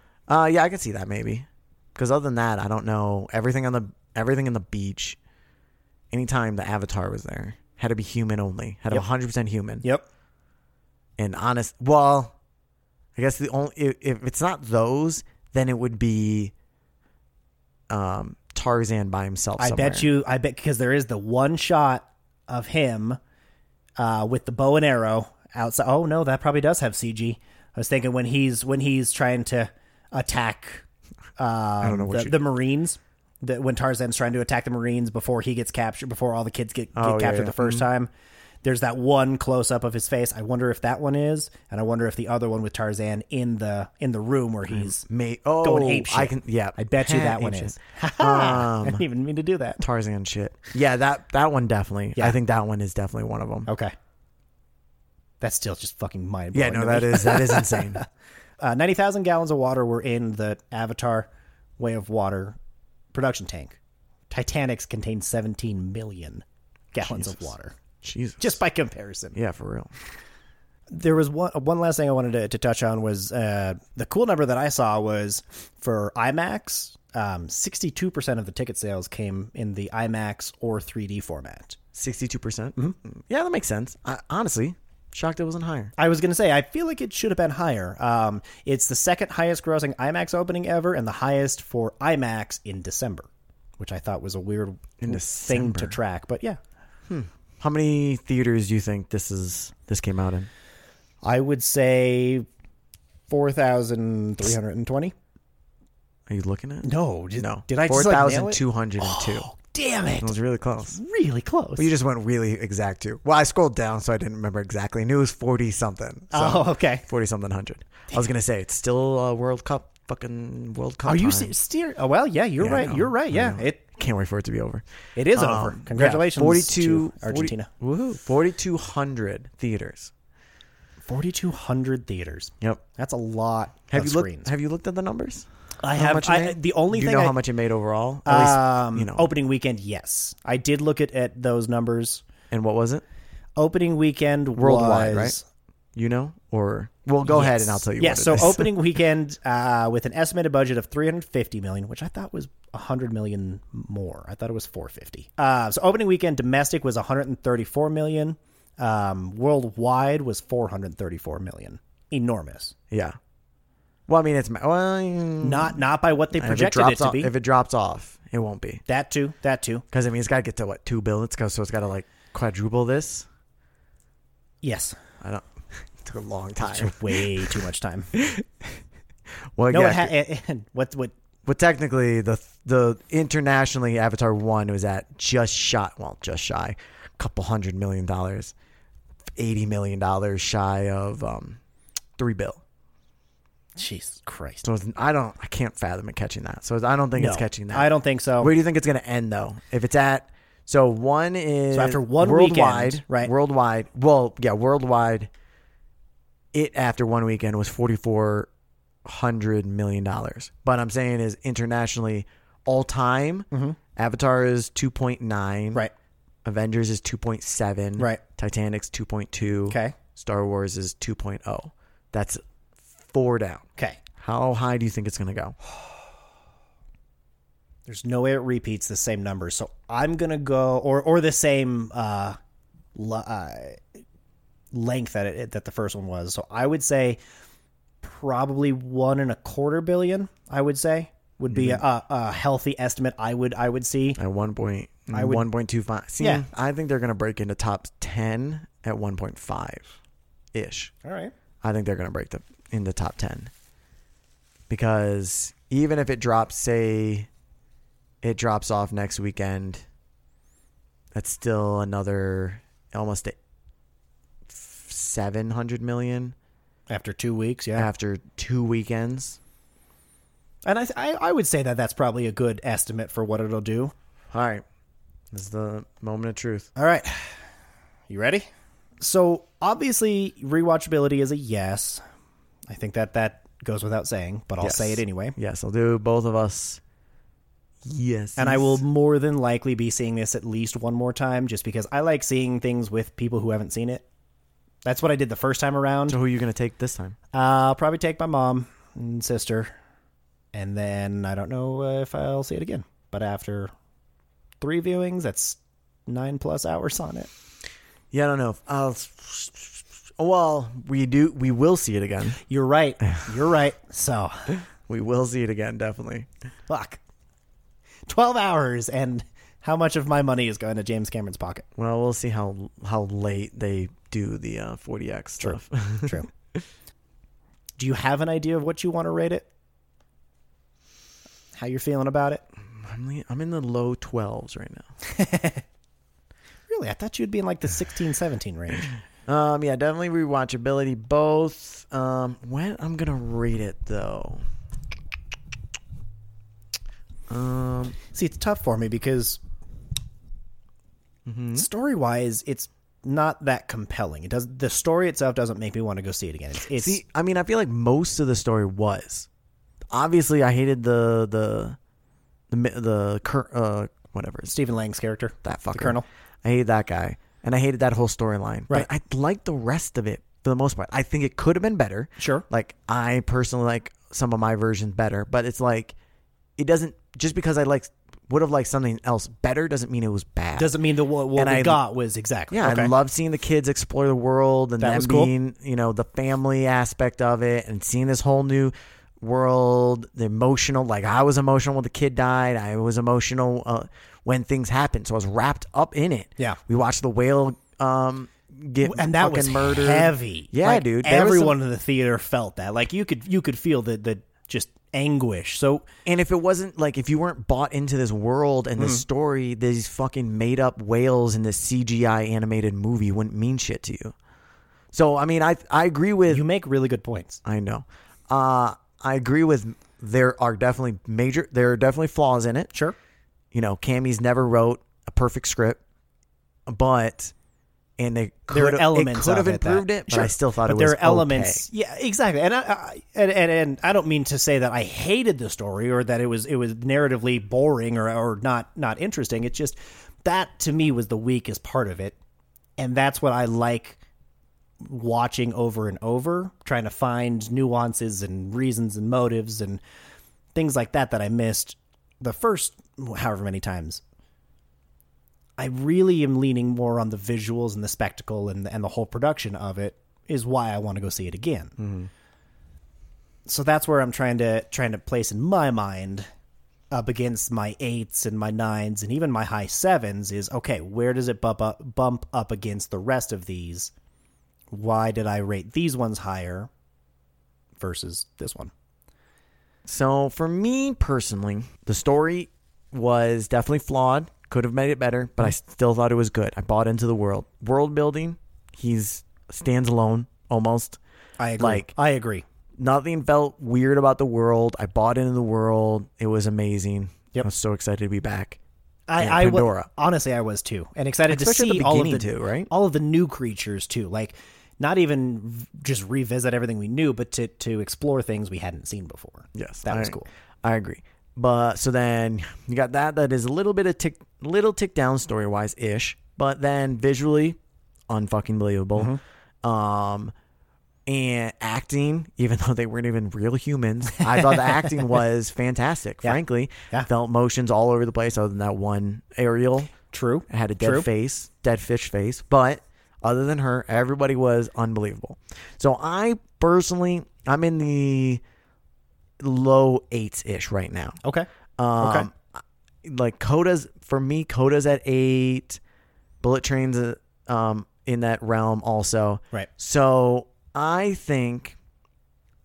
uh, yeah, I could see that maybe. Because other than that, I don't know everything on the everything on the beach. Anytime the avatar was there, had to be human only. Had to be hundred percent human
Yep.
and honest. Well, I guess the only if, if it's not those, then it would be um, Tarzan by himself.
I bet you. I bet because there is the one shot of him uh, with the bow and arrow outside. Oh no, that probably does have CG. I was thinking when he's when he's trying to attack. Um, I
don't know what
the,
you-
the Marines. That when Tarzan's trying to attack the Marines before he gets captured, before all the kids get, get
Oh, yeah,
captured
yeah.
the 1st time. There's that one close up of his face. I wonder if that one is, and I wonder if the other one with Tarzan in the in the room where he's.
May, oh,
Going ape
I
shit.
can. Yeah,
I bet you that
ape
one
shit.
is.
Um,
I didn't even mean to do that.
Tarzan shit. Yeah, that that one definitely.
Yeah.
I think that one is definitely one of them.
Okay. That's still just fucking mind
Yeah,
blowing.
no, that is that is insane.
Uh, 90,000 gallons of water were in the Avatar Way of Water production tank. Titanic's contained 17 million gallons of water,
Jesus.
just by comparison.
yeah, for real.
There was one, one last thing I wanted to, to touch on was uh, the cool number that I saw was for IMAX, um, 62% of the ticket sales came in the IMAX or 3D format.
Sixty-two percent.
Mm-hmm.
Mm, Yeah, that makes sense. I, honestly, shocked it wasn't higher.
I was going to say, I feel like it should have been higher. Um, it's the second highest grossing IMAX opening ever and the highest for IMAX in December, which I thought was a weird thing to
December.
track. But yeah,
How many theaters do you think this is? This came out in
I would say 4,320.
Are you looking at?
No, did,
no.
Did I
four
just like, nail
thousand
it?
two hundred and two?
Oh, damn it.
It was really close.
Really close.
You just went really exact too. Well, I scrolled down, so I didn't remember exactly. I knew it was forty something. So
oh, okay.
forty something hundred. I was gonna say it's still uh, World Cup, fucking World Cup.
Are you se-
time.
steer? Oh, well, yeah, you're
Yeah, I
right.
know.
You're right.
I
Yeah,
know.
it
Can't wait for it to be over.
it is
Um,
over.
yeah,
Congratulations
42
to Argentina.
40 woohoo, 4,200 theaters.
4,200 theaters.
Yep.
That's a lot
Have
of
you
screens.
looked? Have you looked at the numbers?
I
How
have
much it
I,
made?
the only
Do you
thing
know
I,
how much it made overall. At least,
um,
you know.
opening weekend. Yes, I did look at, at those numbers.
and what was it
Opening weekend
worldwide?
was,
Right. You know, or well, go ahead and I'll tell you.
Yeah,
what it
so
is.
opening weekend uh, with an estimated budget of 350 million, which I thought was 100 million more. I thought it was 450. Uh, so opening weekend domestic was 134 million. Um, worldwide was 434 million. enormous.
Yeah. Well, I mean, it's well, mm,
Not not by what they
if it
projected it,
drops
to
off,
be.
if it drops off, it won't be
that too. That too.
because I mean, it's got to get to what two billion? It's got so it's got to like quadruple this.
Yes.
I don't. It took a long time.
Way too much time.
Well,
No,
yeah,
it ha- it, it, what what
well, technically, the the internationally Avatar one was at just shot, well, just shy, couple hundred million dollars, eighty million dollars shy of um, three bill.
Jesus Christ.
So it's, I don't, I can't fathom it catching that. So I don't think it's
No,
catching that.
I don't think so.
Where do you think it's going to end though? If it's at so one is
So after one
worldwide,
weekend, right.
Worldwide, well, yeah, worldwide. It after one weekend was forty four hundred million dollars. But I'm saying is internationally, all time, Avatar is two point nine,
Mm-hmm. right.
Avengers is two point seven,
Right.
Titanic's two point two,
Okay.
Star Wars is two oh. That's four down.
Okay.
How high do you think it's going to go?
There's no way it repeats the same number. So I'm gonna go or or the same uh, l- uh length that it that the first one was. So I would say probably one and a quarter billion. I would say would be
Mm-hmm.
a, a healthy estimate. I would I would see.
at one point
I would-
one point two five. See,
Yeah.
I think they're gonna break into top ten at one point five ish.
All right.
I think they're gonna break the in the top ten. Because even if it drops, say it drops off next weekend, that's still another almost seven hundred million
After two weeks, yeah.
after two weekends.
And I, th- I I would say that that's probably a good estimate for what it'll do.
All right. This is the moment of truth.
All right. You ready? So, obviously, rewatchability is a yes. I think that that goes without saying, but I'll
Yes.
say it anyway.
Yes, I'll do both of us. Yes.
And I will more than likely be seeing this at least one more time just because I like seeing things with people who haven't seen it. That's what I did the first time around.
So who are you going to take this time?
I'll probably take my mom and sister, and then I don't know uh, if I'll see it again. But after three viewings, that's nine plus hours on it.
Yeah, I don't know. I'll, well, we do. We will see it again.
You're right. You're right. So.
We will see it again, definitely.
Fuck. 12 hours and how much of my money is going to James Cameron's pocket?
Well, we'll see how how late they do the uh, 40x stuff.
True. Do you have an idea of what you want to rate it? How you're feeling about it?
I'm, le- I'm in the low 12s right
Really? I thought you'd be in like the 16, 17 range.
now. Um, yeah, definitely rewatchability. Both. Um, when I'm gonna rate it though. Um,
See, it's tough for me because story wise, it's not that compelling. It does the story itself doesn't make me want to go see it again. It's, it's
See, I mean, I feel like most of the story was. Obviously, I hated the the the mi- the cur- uh whatever it's
Stephen Lang's character.
that fucker.
The Colonel.
I hated that guy, and I hated that whole storyline.
Right.
But I liked the rest of it for the most part. I think it could have been better.
Sure.
Like I personally like some of my versions better, but it's like it doesn't just because I like would have liked something else better doesn't mean it was bad.
Doesn't mean that what, what
And
we
I-
got was exactly.
Yeah, I
okay.
love seeing the kids explore the world and
That
them
was cool.
being, you know, the family aspect of it and seeing this whole new world, the emotional. Like I was emotional when the kid died. I was emotional uh, when things happened. So I was wrapped up in it.
Yeah.
we watched the whale um, get
and that
fucking
was
murdered.
heavy.
Yeah,
Like,
dude. There was some-
Everyone in the theater felt that. Like you could you could feel the the just anguish. So
And if it wasn't like if you weren't bought into this world and this
Mm-hmm.
story, these fucking made up whales in this CGI animated movie wouldn't mean shit to you. So I mean, I I agree with
you make really good points.
I know. Uh, I agree with there are definitely major there are definitely flaws in it.
Sure.
You know, Cammy's never wrote a perfect script, but and they could
There are
have-
elements
it could have
of it that-
improved it, but
Sure.
I still thought
But
it
there
was
are elements. Yeah, exactly. And I, I and, and and I don't mean to say that I hated the story or that it was it was narratively boring or or not not interesting. It's just that to me was the weakest part of it, and that's what I like watching over and over, trying to find nuances and reasons and motives and things like that that I missed the first however many times. I really am leaning more on the visuals and the spectacle and and the whole production of it is why I want to go see it again. So that's where I'm trying to trying to place in my mind up against my eights and my nines and even my high sevens is okay. Where does it bump up, bump up against the rest of these? Why did I rate these ones higher versus this one?
So for me personally, the story was definitely flawed. Could have made it better, but I still thought it was good. I bought into the world. World building, he's stands alone almost.
I agree.
Like-
I agree.
Nothing felt weird about the world. I bought into the world. It was amazing.
Yep.
I was so excited to be back.
I,
and
I wa-
Pandora.
honestly, I was too, and excited
Especially at
to see
the
all of the
beginning too, right?
all of the new creatures too. Like, not even v- just revisit everything we knew, but to to explore things we hadn't seen before.
Yes,
that
I-
was cool.
I agree. But so then you got that. That is a little bit of tick, little tick down story wise ish. But then visually, unfucking believable.
Mm-hmm.
Um, and acting, even though they weren't even real humans, I thought the acting was fantastic. Frankly,
Yeah.
felt motions all over the place. Other than that one Ariel,
True.
I had a dead
True.
face, dead fish face. But other than her, everybody was unbelievable. So I personally, I'm in the low eights ish right now.
Okay.
Um, Like Coda's for me, Coda's at eight. Bullet Train's uh, um in that realm also.
Right.
So I think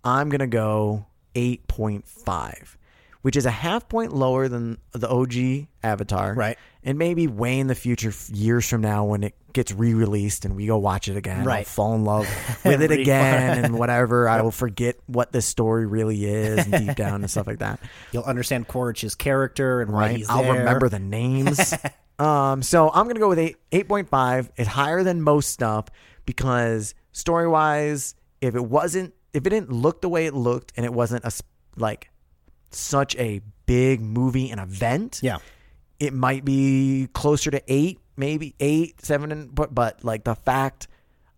I'm gonna go eight point five, which is a half point lower than the OG Avatar.
Right.
And maybe way in the future, f- years from now, when it gets re-released and we go watch it again, I'll
Right.
fall in love with it
Re-
again and whatever. I will forget what this story really is and deep down and stuff like that
You'll understand Quaritch's character and why
right?
he's
I'll
there.
remember the names. um, so I'm gonna go with eight eight point five. It's higher than most stuff because story wise, if it wasn't, if it didn't look the way it looked, and it wasn't a s- like such a big movie and event,
Yeah.
it might be closer to eight, maybe eight, seven, and but, but like the fact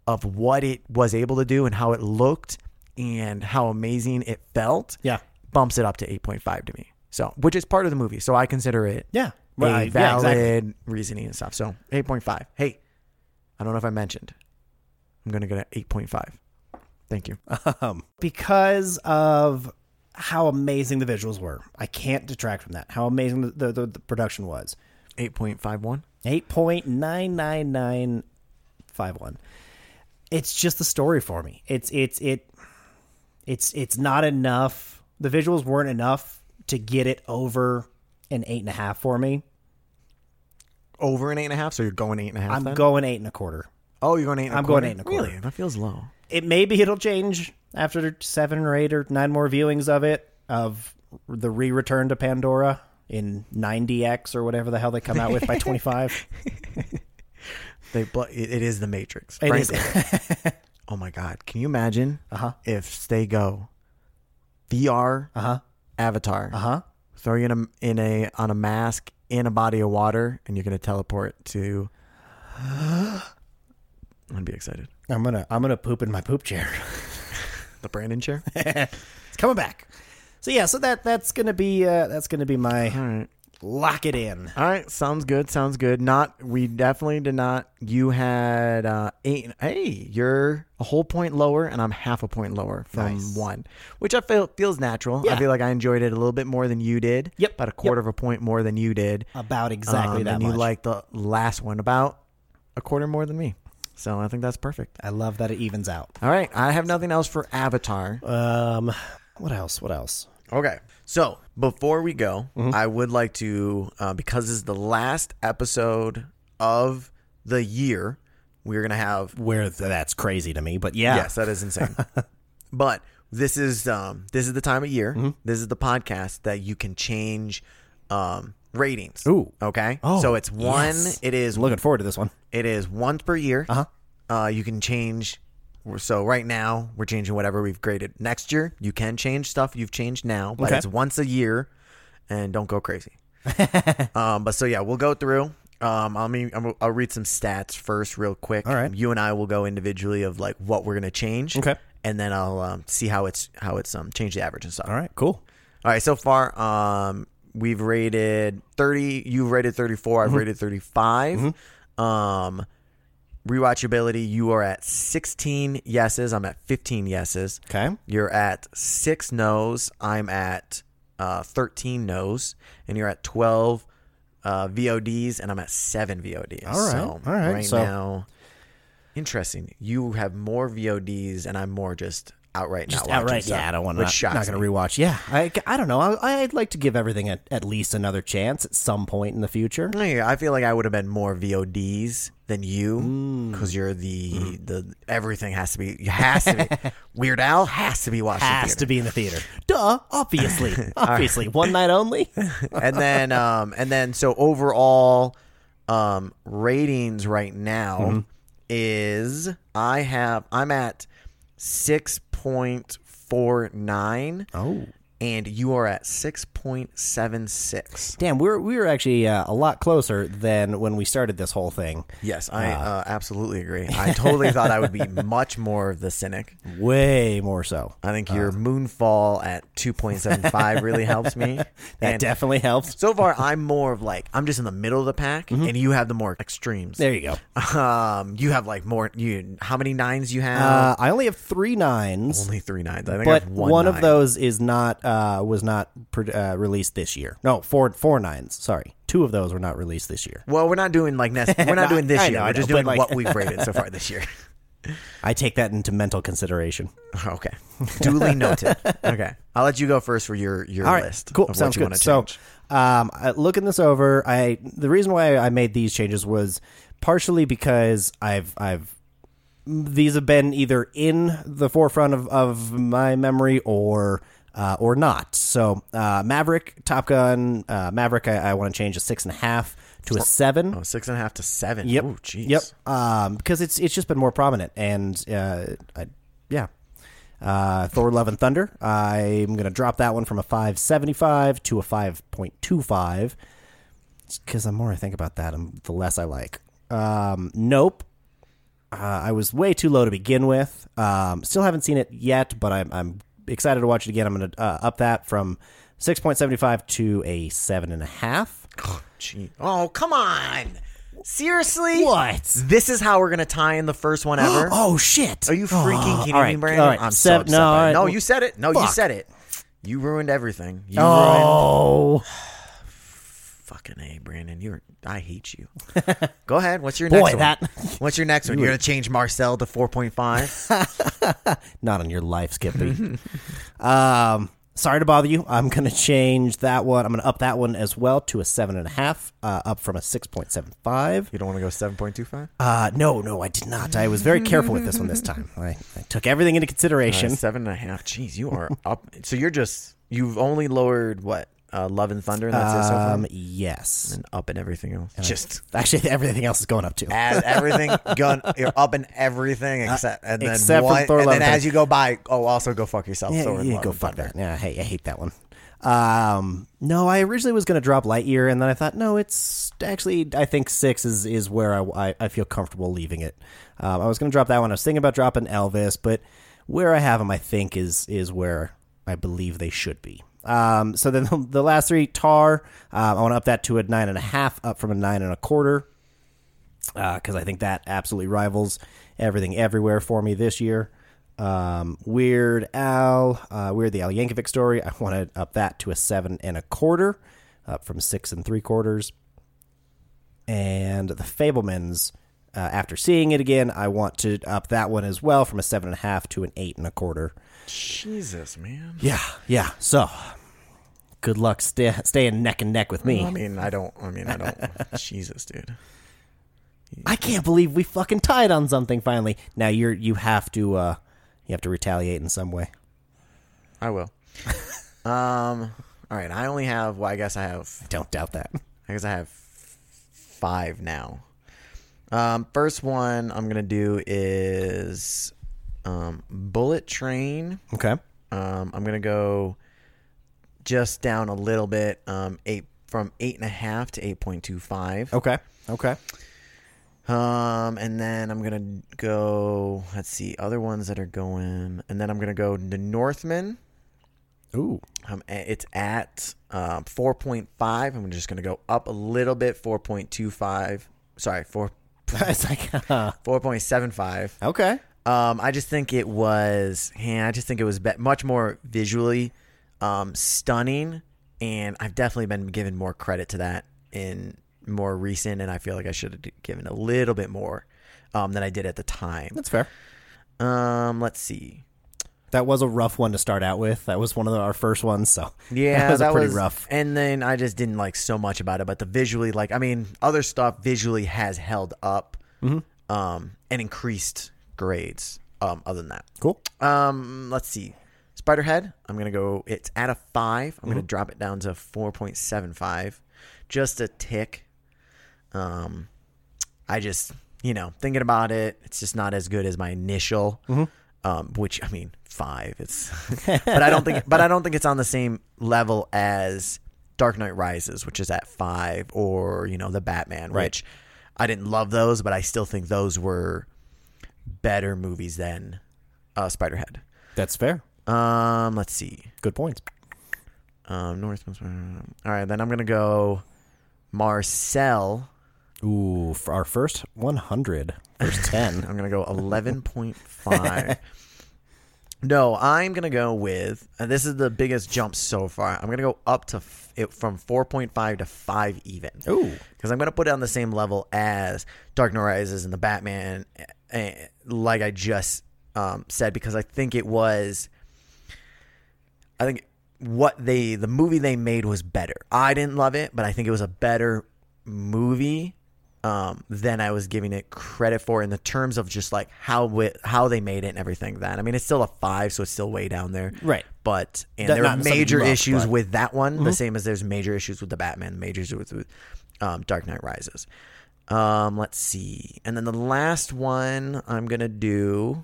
of what it was able to do and how it looked and how amazing it felt,
Yeah.
bumps it up to eight point five to me. So, which is part of the movie, so I consider it
Yeah.
a
I- yeah,
valid
exactly.
reasoning and stuff. So, eight point five. Hey, I don't know if I mentioned, I'm gonna go to eight point five. Thank you.
Um, because of how amazing the visuals were. I can't detract from that. How amazing the, the, the, the production was.
Eight point five one.
Eight point nine nine nine five one. It's just the story for me. It's it's it it's it's not enough. The visuals weren't enough to get it over an eight and a half for me.
Over an eight and a half. So you're going eight and a half.
I'm
then?
going eight and a quarter.
Oh, you're going eight. And
I'm
a
going
quarter?
eight and a quarter.
Really, that feels low.
It maybe it'll change after seven or eight or nine more viewings of it of the re-return to Pandora in 90x or whatever the hell they come out with by 25.
They bl- it, it is the Matrix.
It is-
frankly. oh my God! Can you imagine
Uh-huh.
if they go VR
Uh-huh.
Avatar,
Uh-huh.
throw you in a in a on a mask in a body of water, and you're gonna teleport to. I'd be excited.
I'm going to I'm going to poop in my poop chair.
The Brandon chair.
It's coming back. So yeah, so that that's going to be uh that's going to be my
All right.
lock it in.
All right. Sounds good. Sounds good. Not. We definitely did not. You had uh, eight. Hey, you're a whole point lower, and I'm half a point lower from one, which I feel feels natural. I
Yeah.
feel like I enjoyed it a little bit more than you did.
Yep.
About a
Yep.
quarter of a point more than you did.
About exactly
Um,
that
And
much.
you liked the last one about a quarter more than me. So I think that's perfect.
I love that it evens out.
All right. I have nothing else for Avatar.
Um what else? What else?
Okay. So before we go,
Mm-hmm.
I would like to, uh, because this is the last episode of the year, we're going to have.
Where th- that's crazy to me, but yeah.
Yes, that is insane. but this is um, this is the time of year.
Mm-hmm.
This is the podcast that you can change um, ratings.
Ooh.
Okay.
Oh,
so it's one.
yes.
It is
Looking forward to this one.
it is once per year. Uh-huh. You can change. So right now we're changing whatever we've graded. Next year you can change stuff you've changed now, but
Okay.
it's once a year, and don't go crazy. um, but so yeah, we'll go through. Um, I'll mean I'm- I'll read some stats first, real quick.
All right.
You and I will go individually of like what we're gonna change.
Okay.
And then I'll um, see how it's how it's um change the average and stuff.
All right, cool.
All right, so far, um, we've
Mm-hmm.
rated thirty. You've rated thirty-four. I've rated 35 Um, Rewatchability, you are at 16 yeses. I'm at 15 yeses.
Okay.
You're at six no's. I'm at uh, 13 no's. And you're at 12 uh, VODs, and I'm at seven VODs.
All right,
So
all right,
Right
so-
now, interesting. You have more VODs, and I'm more just outright
Just
not
outright,
watching stuff,
yeah. I don't want to.
which shocks
Not going
me.
to rewatch. Yeah, I, I don't know. I, I'd like to give everything at, at least another chance at some point in the future.
Yeah, I feel like I would have been more VODs than you because you're the the everything has to be you has to be Weird Al has to be watched. in
Has
theater.
to be in the theater. Duh. Obviously. obviously. One night only.
and then um and then so overall um ratings right now is I have I'm at six point four nine.
Oh.
And you are at six point seven six.
Damn, we're we were actually uh, a lot closer than when we started this whole thing.
Yes, I uh, absolutely agree. I totally thought I would be much more of the cynic.
Way more so.
I think
Uh.
your moonfall at 2.75 really helps me.
That
And
definitely helps.
so far, I'm more of like, I'm just in the middle of the pack, and you have the more extremes.
Mm-hmm. There you go.
Um, you have like more, you how many nines you have?
Uh, I only have three nines,
Only three nines. I think I
but
have
one,
one,
of
nine.
those is not uh, was not pr- uh, released this year. No, four four nines. Sorry, two of those were not released this year.
Well, we're not doing like nest. We're not
No,
doing this
I
year.
know, I
we're just
know, but,
doing
like-
what we've rated so far this year.
I take that into mental consideration.
okay, duly noted. Okay, I'll let you go first for your your
All right,
list.
cool.
of what
Sounds
you
good.
wanna
So,
change.
um, I- looking this over, I the reason why I made these changes was partially because I've I've these have been either in the forefront of, of my memory or uh, or not. So, uh, Maverick, Top Gun, uh, Maverick, I, I want to change a six and a half to a seven.
oh, six and a half to seven.
Yep.
Ooh, jeez.
Yep. Um, because it's it's just been more prominent, and uh, I, yeah, uh, Thor: Love and Thunder. I'm gonna drop that one from a 5.75 to a 5.25 because the more I think about that, um the less I like. Um, nope. Uh, I was way too low to begin with. Um, still haven't seen it yet, but I'm, I'm excited to watch it again. I'm gonna uh, up that from 6.75 to a seven and a half.
Gee. Oh, come on. Seriously?
What?
This is how we're going to tie in the first one ever?
Oh shit! Oh,
Are you freaking kidding
all right,
me, Brandon?
all right.
I'm
Sev-
so upset.
no, all
by it.
right.
no, you said it. No, you
Fuck.
said it. You ruined everything. You ruined
Oh,
fucking A, Brandon. You're I hate you. Go ahead. What's your
Boy,
next one?
that-
What's your next one? You're going to change Marcel to 4.5?
not on your life, Skippy. um, sorry to bother you. I'm gonna change that one. I'm gonna up that one as well to a seven and a half, uh, up from a six point seven five.
you don't want to go 7.25?
Uh, no, no, I did not. I was very careful with this one this time. I, I took everything into consideration.
Uh, Seven and a half. Jeez, you are up. So you're just, you've only lowered what? Uh, Love and Thunder, and that's it so far?
um, yes,
And up and everything else. Just
actually, everything else is going up too.
as everything gun you're up in everything except and then
Uh, except for
one-
Thor
and
Love
then
and
as you go by oh also go fuck yourself
Yeah,
Thor and
yeah,
Love
go
and
fuck
Thunder.
that. Yeah, I hate, I hate that one. Um, no, I originally was going to drop Lightyear, and then I thought, no, it's actually I think six is is where I I, I feel comfortable leaving it. Um, I was going to drop that one. I was thinking about dropping Elvis, but where I have them, I think is is where I believe they should be. Um, so then the, the last three Tar, uh, I want to up that to a nine and a half, up from a nine and a quarter because uh, I think that absolutely rivals everything everywhere for me this year. Um, Weird Al, uh, Weird the Al Yankovic story. I want to up that to a seven and a quarter, up from six and three quarters. And the Fablemans, uh, after seeing it again, I want to up that one as well from a seven and a half to an eight and a quarter.
Jesus man
Yeah, yeah. So good luck sta staying neck and neck with
I
me.
mean I don't I mean I don't Jesus dude
I can't believe we fucking tied on something finally. Now you're you have to uh you have to retaliate in some way.
I will um all right I only have well I guess I have
Don't doubt that.
I guess I have five now um first one I'm gonna do is um Bullet Train
Okay.
Um, I'm gonna go just down a little bit, um, eight from eight and a half to eight point two five.
Okay. Okay.
Um, and then I'm gonna go. Let's see other ones that are going, and then I'm gonna go the Northman.
Ooh.
Um, a- it's at uh, four point five. I'm just gonna go up a little bit, four point two five. Sorry, four
it's like, uh,
4.75.
okay.
Um, I just think it was, yeah, I just think it was be- much more visually um, stunning, and I've definitely been given more credit to that in more recent, and I feel like I should have given a little bit more um, than I did at the time.
That's fair.
Um, let's see.
That was a rough one to start out with. That was one of the- our first ones, so
Yeah,
that was a pretty rough.
And then I just didn't like so much about it, but the visually, like, I mean, other stuff visually has held up,
Mm-hmm.
um, and increased grades. Um, other than that,
Cool.
Um, let's see. Spiderhead, I'm gonna go. It's at a five. am going gonna drop it down to four point seven five, just a tick. Um, I just you know thinking about it, it's just not as good as my initial. Um, which I mean, five. It's, but I don't think, but I don't think it's on the same level as Dark Knight Rises, which is at five, or you know, the Batman,
Right.
which I didn't love those, but I still think those were better movies than uh, Spiderhead.
That's fair.
Um, let's see.
Good points.
Um, North. All right, then I'm gonna go Marcel.
Ooh, for our first 100, first 10.
I'm gonna go 11.5. no, I'm gonna go with. And this is the biggest jump so far. I'm gonna go up to f- it from 4.5 to five even.
Ooh.
because I'm gonna put it on the same level as Dark Knight Rises and the Batman, eh, eh, like I just um, said, because I think it was. I think what they the movie they made was better. I didn't love it, but I think it was a better movie um, than I was giving it credit for in the terms of just like how wi- how they made it and everything. That I mean, it's still a five, so it's still way down there,
Right.
But and
That-
there are
not something you
major
love,
issues
but- Mm-hmm.
with that one, the same as there's major issues with the Batman, major issues with, with, um, Dark Knight Rises. Um, let's see, and then the last one I'm gonna do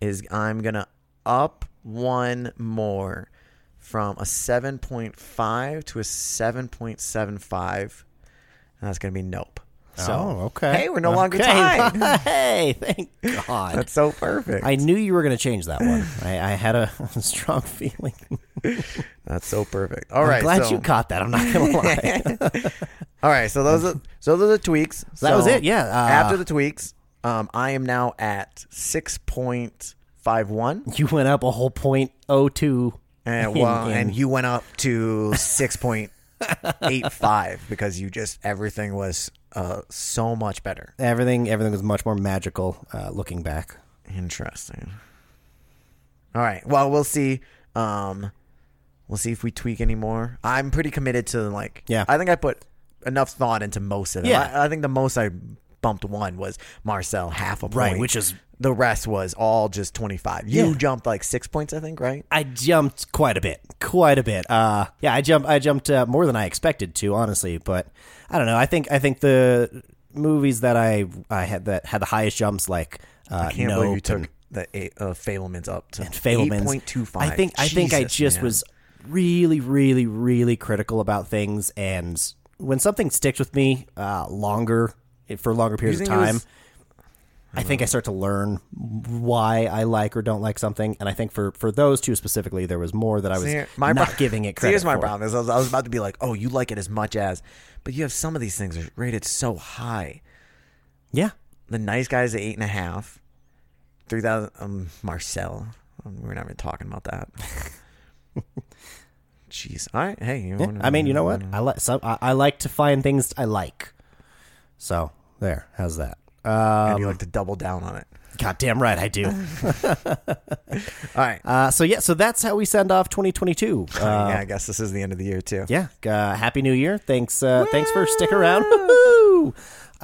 is I'm gonna up one more from a 7.5 to a 7.75, and that's gonna be Nope. So
oh, okay.
hey, we're no longer
Okay.
tied.
hey, thank God.
that's so perfect.
I knew you were going to change that one. I, I had a strong feeling.
that's so perfect. All
I'm
right,
glad
so-
you caught that. I'm not going to lie.
All right, so those are so those are tweaks.
that
So
was it, yeah, uh,
after the tweaks, um, I am now at six point five one,
you went up a whole point oh two.
and well, and you went up to six point eight five because you just everything was uh, so much better.
everything everything was much more magical uh, looking back.
Interesting. All right. Well, we'll see. Um, we'll see if we tweak any more. I'm pretty committed to like.
Yeah.
I think I put enough thought into most of them.
Yeah.
I, I think the most I bumped one was Marcel half a point.
Right, which is-
the rest was all just 25. You
Yeah.
jumped like six points, I think. Right.
I jumped quite a bit, quite a bit. Uh, yeah, I jumped. I jumped uh, more than I expected to, honestly. But I don't know. I think I think the movies that I I had that had the highest jumps, like uh,
Can't
Nope
believe you took
and,
the eight, uh, Fablemans up to
and Fablemans.
8.25.
I think I think I
Jesus,
just
man.
was really, really, really critical about things, and when something sticks with me uh, longer eh, for longer periods of
think it was-
time. I think I start to learn why I like or don't like something, and I think for, for those two specifically, there was more that I was
See,
not
pro-
giving it
See,
credit.
here's my
for.
problem is I was, I was about to be like, oh, you like it as much as, but you have some of these things are rated so high.
Yeah,
The nice guy's at eight and a half. Three thousand. Um, Marcel. Um, we're not even talking about that. Jeez. All right. Hey. You
yeah.
wanna-
I mean, you know what? I like some. I, I like to find things I like. So there, how's that?
And
Uh,
you like to double down on it.
goddamn right, I do.
All right.
Uh, so yeah, so that's how we send off 2022. Uh,
yeah. I guess this is the end of the year too.
yeah, uh, happy New Year! Thanks, uh, thanks for sticking around. Woo-hoo!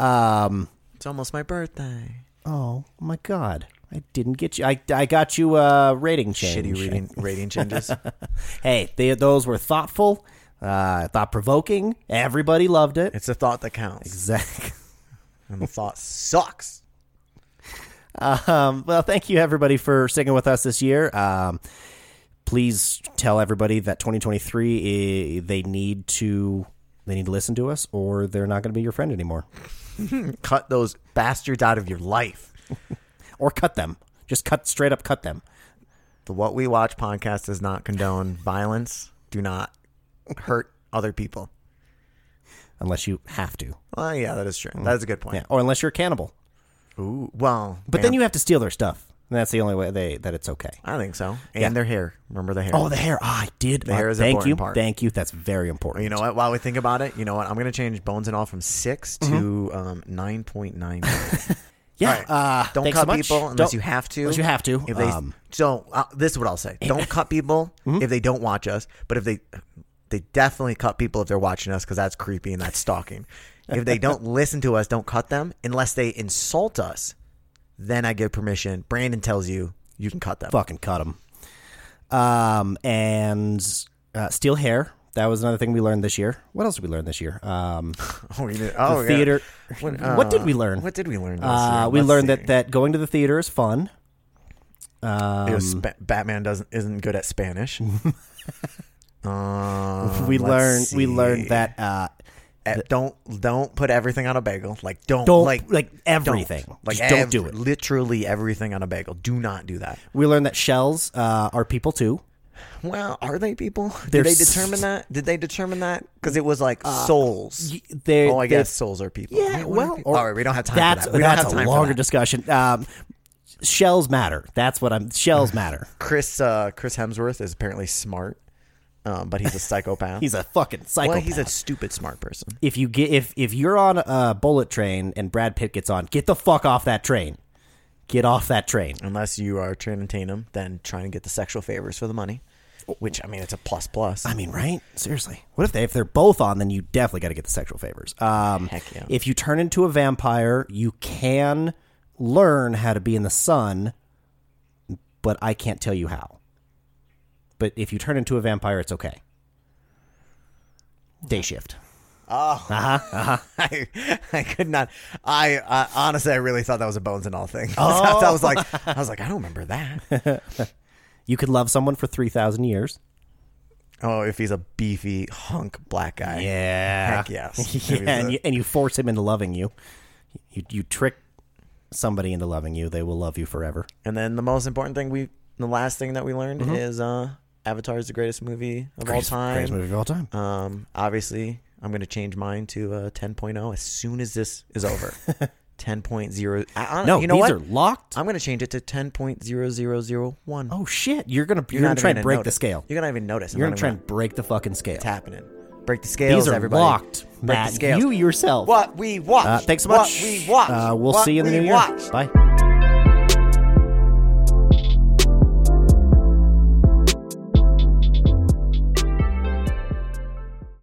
Um,
It's almost my birthday.
oh my God, I didn't get you. I, I got you a rating change.
Shitty rating, rating changes.
Hey, they, those were thoughtful, uh, thought provoking. Everybody loved it.
it's the thought that counts,
Exactly.
and the thought sucks.
Um, well, thank you everybody for sticking with us this year. Um, please tell everybody that 2023 eh, they need to they need to listen to us, or they're not going to be your friend anymore,
Cut those bastards out of your life.
or cut them. Just cut straight up, cut them.
The What We Watch podcast does not condone violence. Do not hurt other people.
unless you have to.
Well, yeah, that is true.
Mm.
That is a good point.
Yeah, or unless you're a cannibal.
Ooh, well,
But then you have to steal their stuff. And that's the only way they that it's okay.
I think so. And their hair. Remember the hair.
Oh, the hair. Ah, I did. The
hair is
Thank
important
you.
part.
Thank you. That's very important.
You know what? While we think about it, you know what? I'm gonna change bones and all from 6
Mm-hmm.
to um, nine point nine.
Yeah.
All right.
Uh,
don't
thanks
cut
so much.
people unless
Don't-
you have to.
Unless you have to.
If they
Um, Mm-hmm.
don't, uh, this is what I'll say: don't cut people if they don't watch us. But if they, they definitely cut people if they're watching us because that's creepy and that's stalking. if they don't listen to us, don't cut them unless they insult us. Then I give permission. Brandon tells you you can cut them.
fucking cut them. Um, and uh, steal hair. That was another thing we learned this year. What else did we learn this year? Um,
Oh, we did- oh, yeah.
theater. What,
uh,
did we learn?
What did we learn? This
uh,
year?
we
Let's
learned
see.
that, that going to the theater is fun.
It was
um,
Spa- Batman doesn't isn't good at Spanish. Um,
We
let's
learned we
see.
learned that uh,
Eh, don't don't put everything on a bagel. Like don't
don't
like
like,
don't.
everything.
Like
Just don't
ev-
do it.
Literally everything on a bagel. Do not do that.
We learned that shells uh, are people too.
Well, are they people? Did
They're
they
s- Uh,
determine that? Did they determine that? Because it was like souls.
y- they're-
oh, I
they're-
guess souls are people.
Yeah,
Wait, what are
well,
people? all right. We don't have time.
That's
for that. We
that's
don't have
a
time for
longer
that.
discussion. Um, shells matter. That's what I'm. Shells matter.
Chris uh, Chris Hemsworth is apparently smart, um, but he's a psychopath.
He's a fucking psychopath.
well, he's a stupid smart person.
if you get if if you're on a bullet train and Brad Pitt gets on, get the fuck off that train. Get off that train.
Unless you are trying to tame him, then trying to get the sexual favors for the money,
Oh.
which I mean, it's a plus plus.
I mean, right? Seriously. What if they if they're both on, then you definitely got to get the sexual favors. Um
Heck yeah.
if you turn into a vampire, you can learn how to be in the sun, but I can't tell you how. But if you turn into a vampire, it's okay. Day shift.
I, I could not. I, I honestly, I really thought that was a bones and all thing. Oh. I was like, I was like, I don't remember that.
You could love someone for 3000 years.
Oh, if he's a beefy hunk black guy.
Yeah.
Heck yes.
yeah, and you, and you force him into loving you. You you trick somebody into loving you. They will love you forever.
And then the most important thing we, the last thing that we learned is uh, Avatar is the greatest movie of all time.
Mm-hmm. Greatest movie of all time.
Um, obviously, I'm going to change mine to uh, 10.0 as soon as this is over. 10.0. I, I,
no,
you know
these
what?
are locked.
I'm going to change it to 10.0001.
oh shit! You're gonna you're, gonna
not
try
even
and break
notice.
the scale. You're,
You're gonna even notice. I'm
gonna
not
try
even-
and break the fucking scale.
It's happening. Break the scales,
These are
everybody.
locked,
Break the
Matt.
scales.
You yourself.
What we watch.
Uh, thanks so
What
much.
we watch.
Uh, we'll
What
see you in the
we
new year.
watch.
Bye.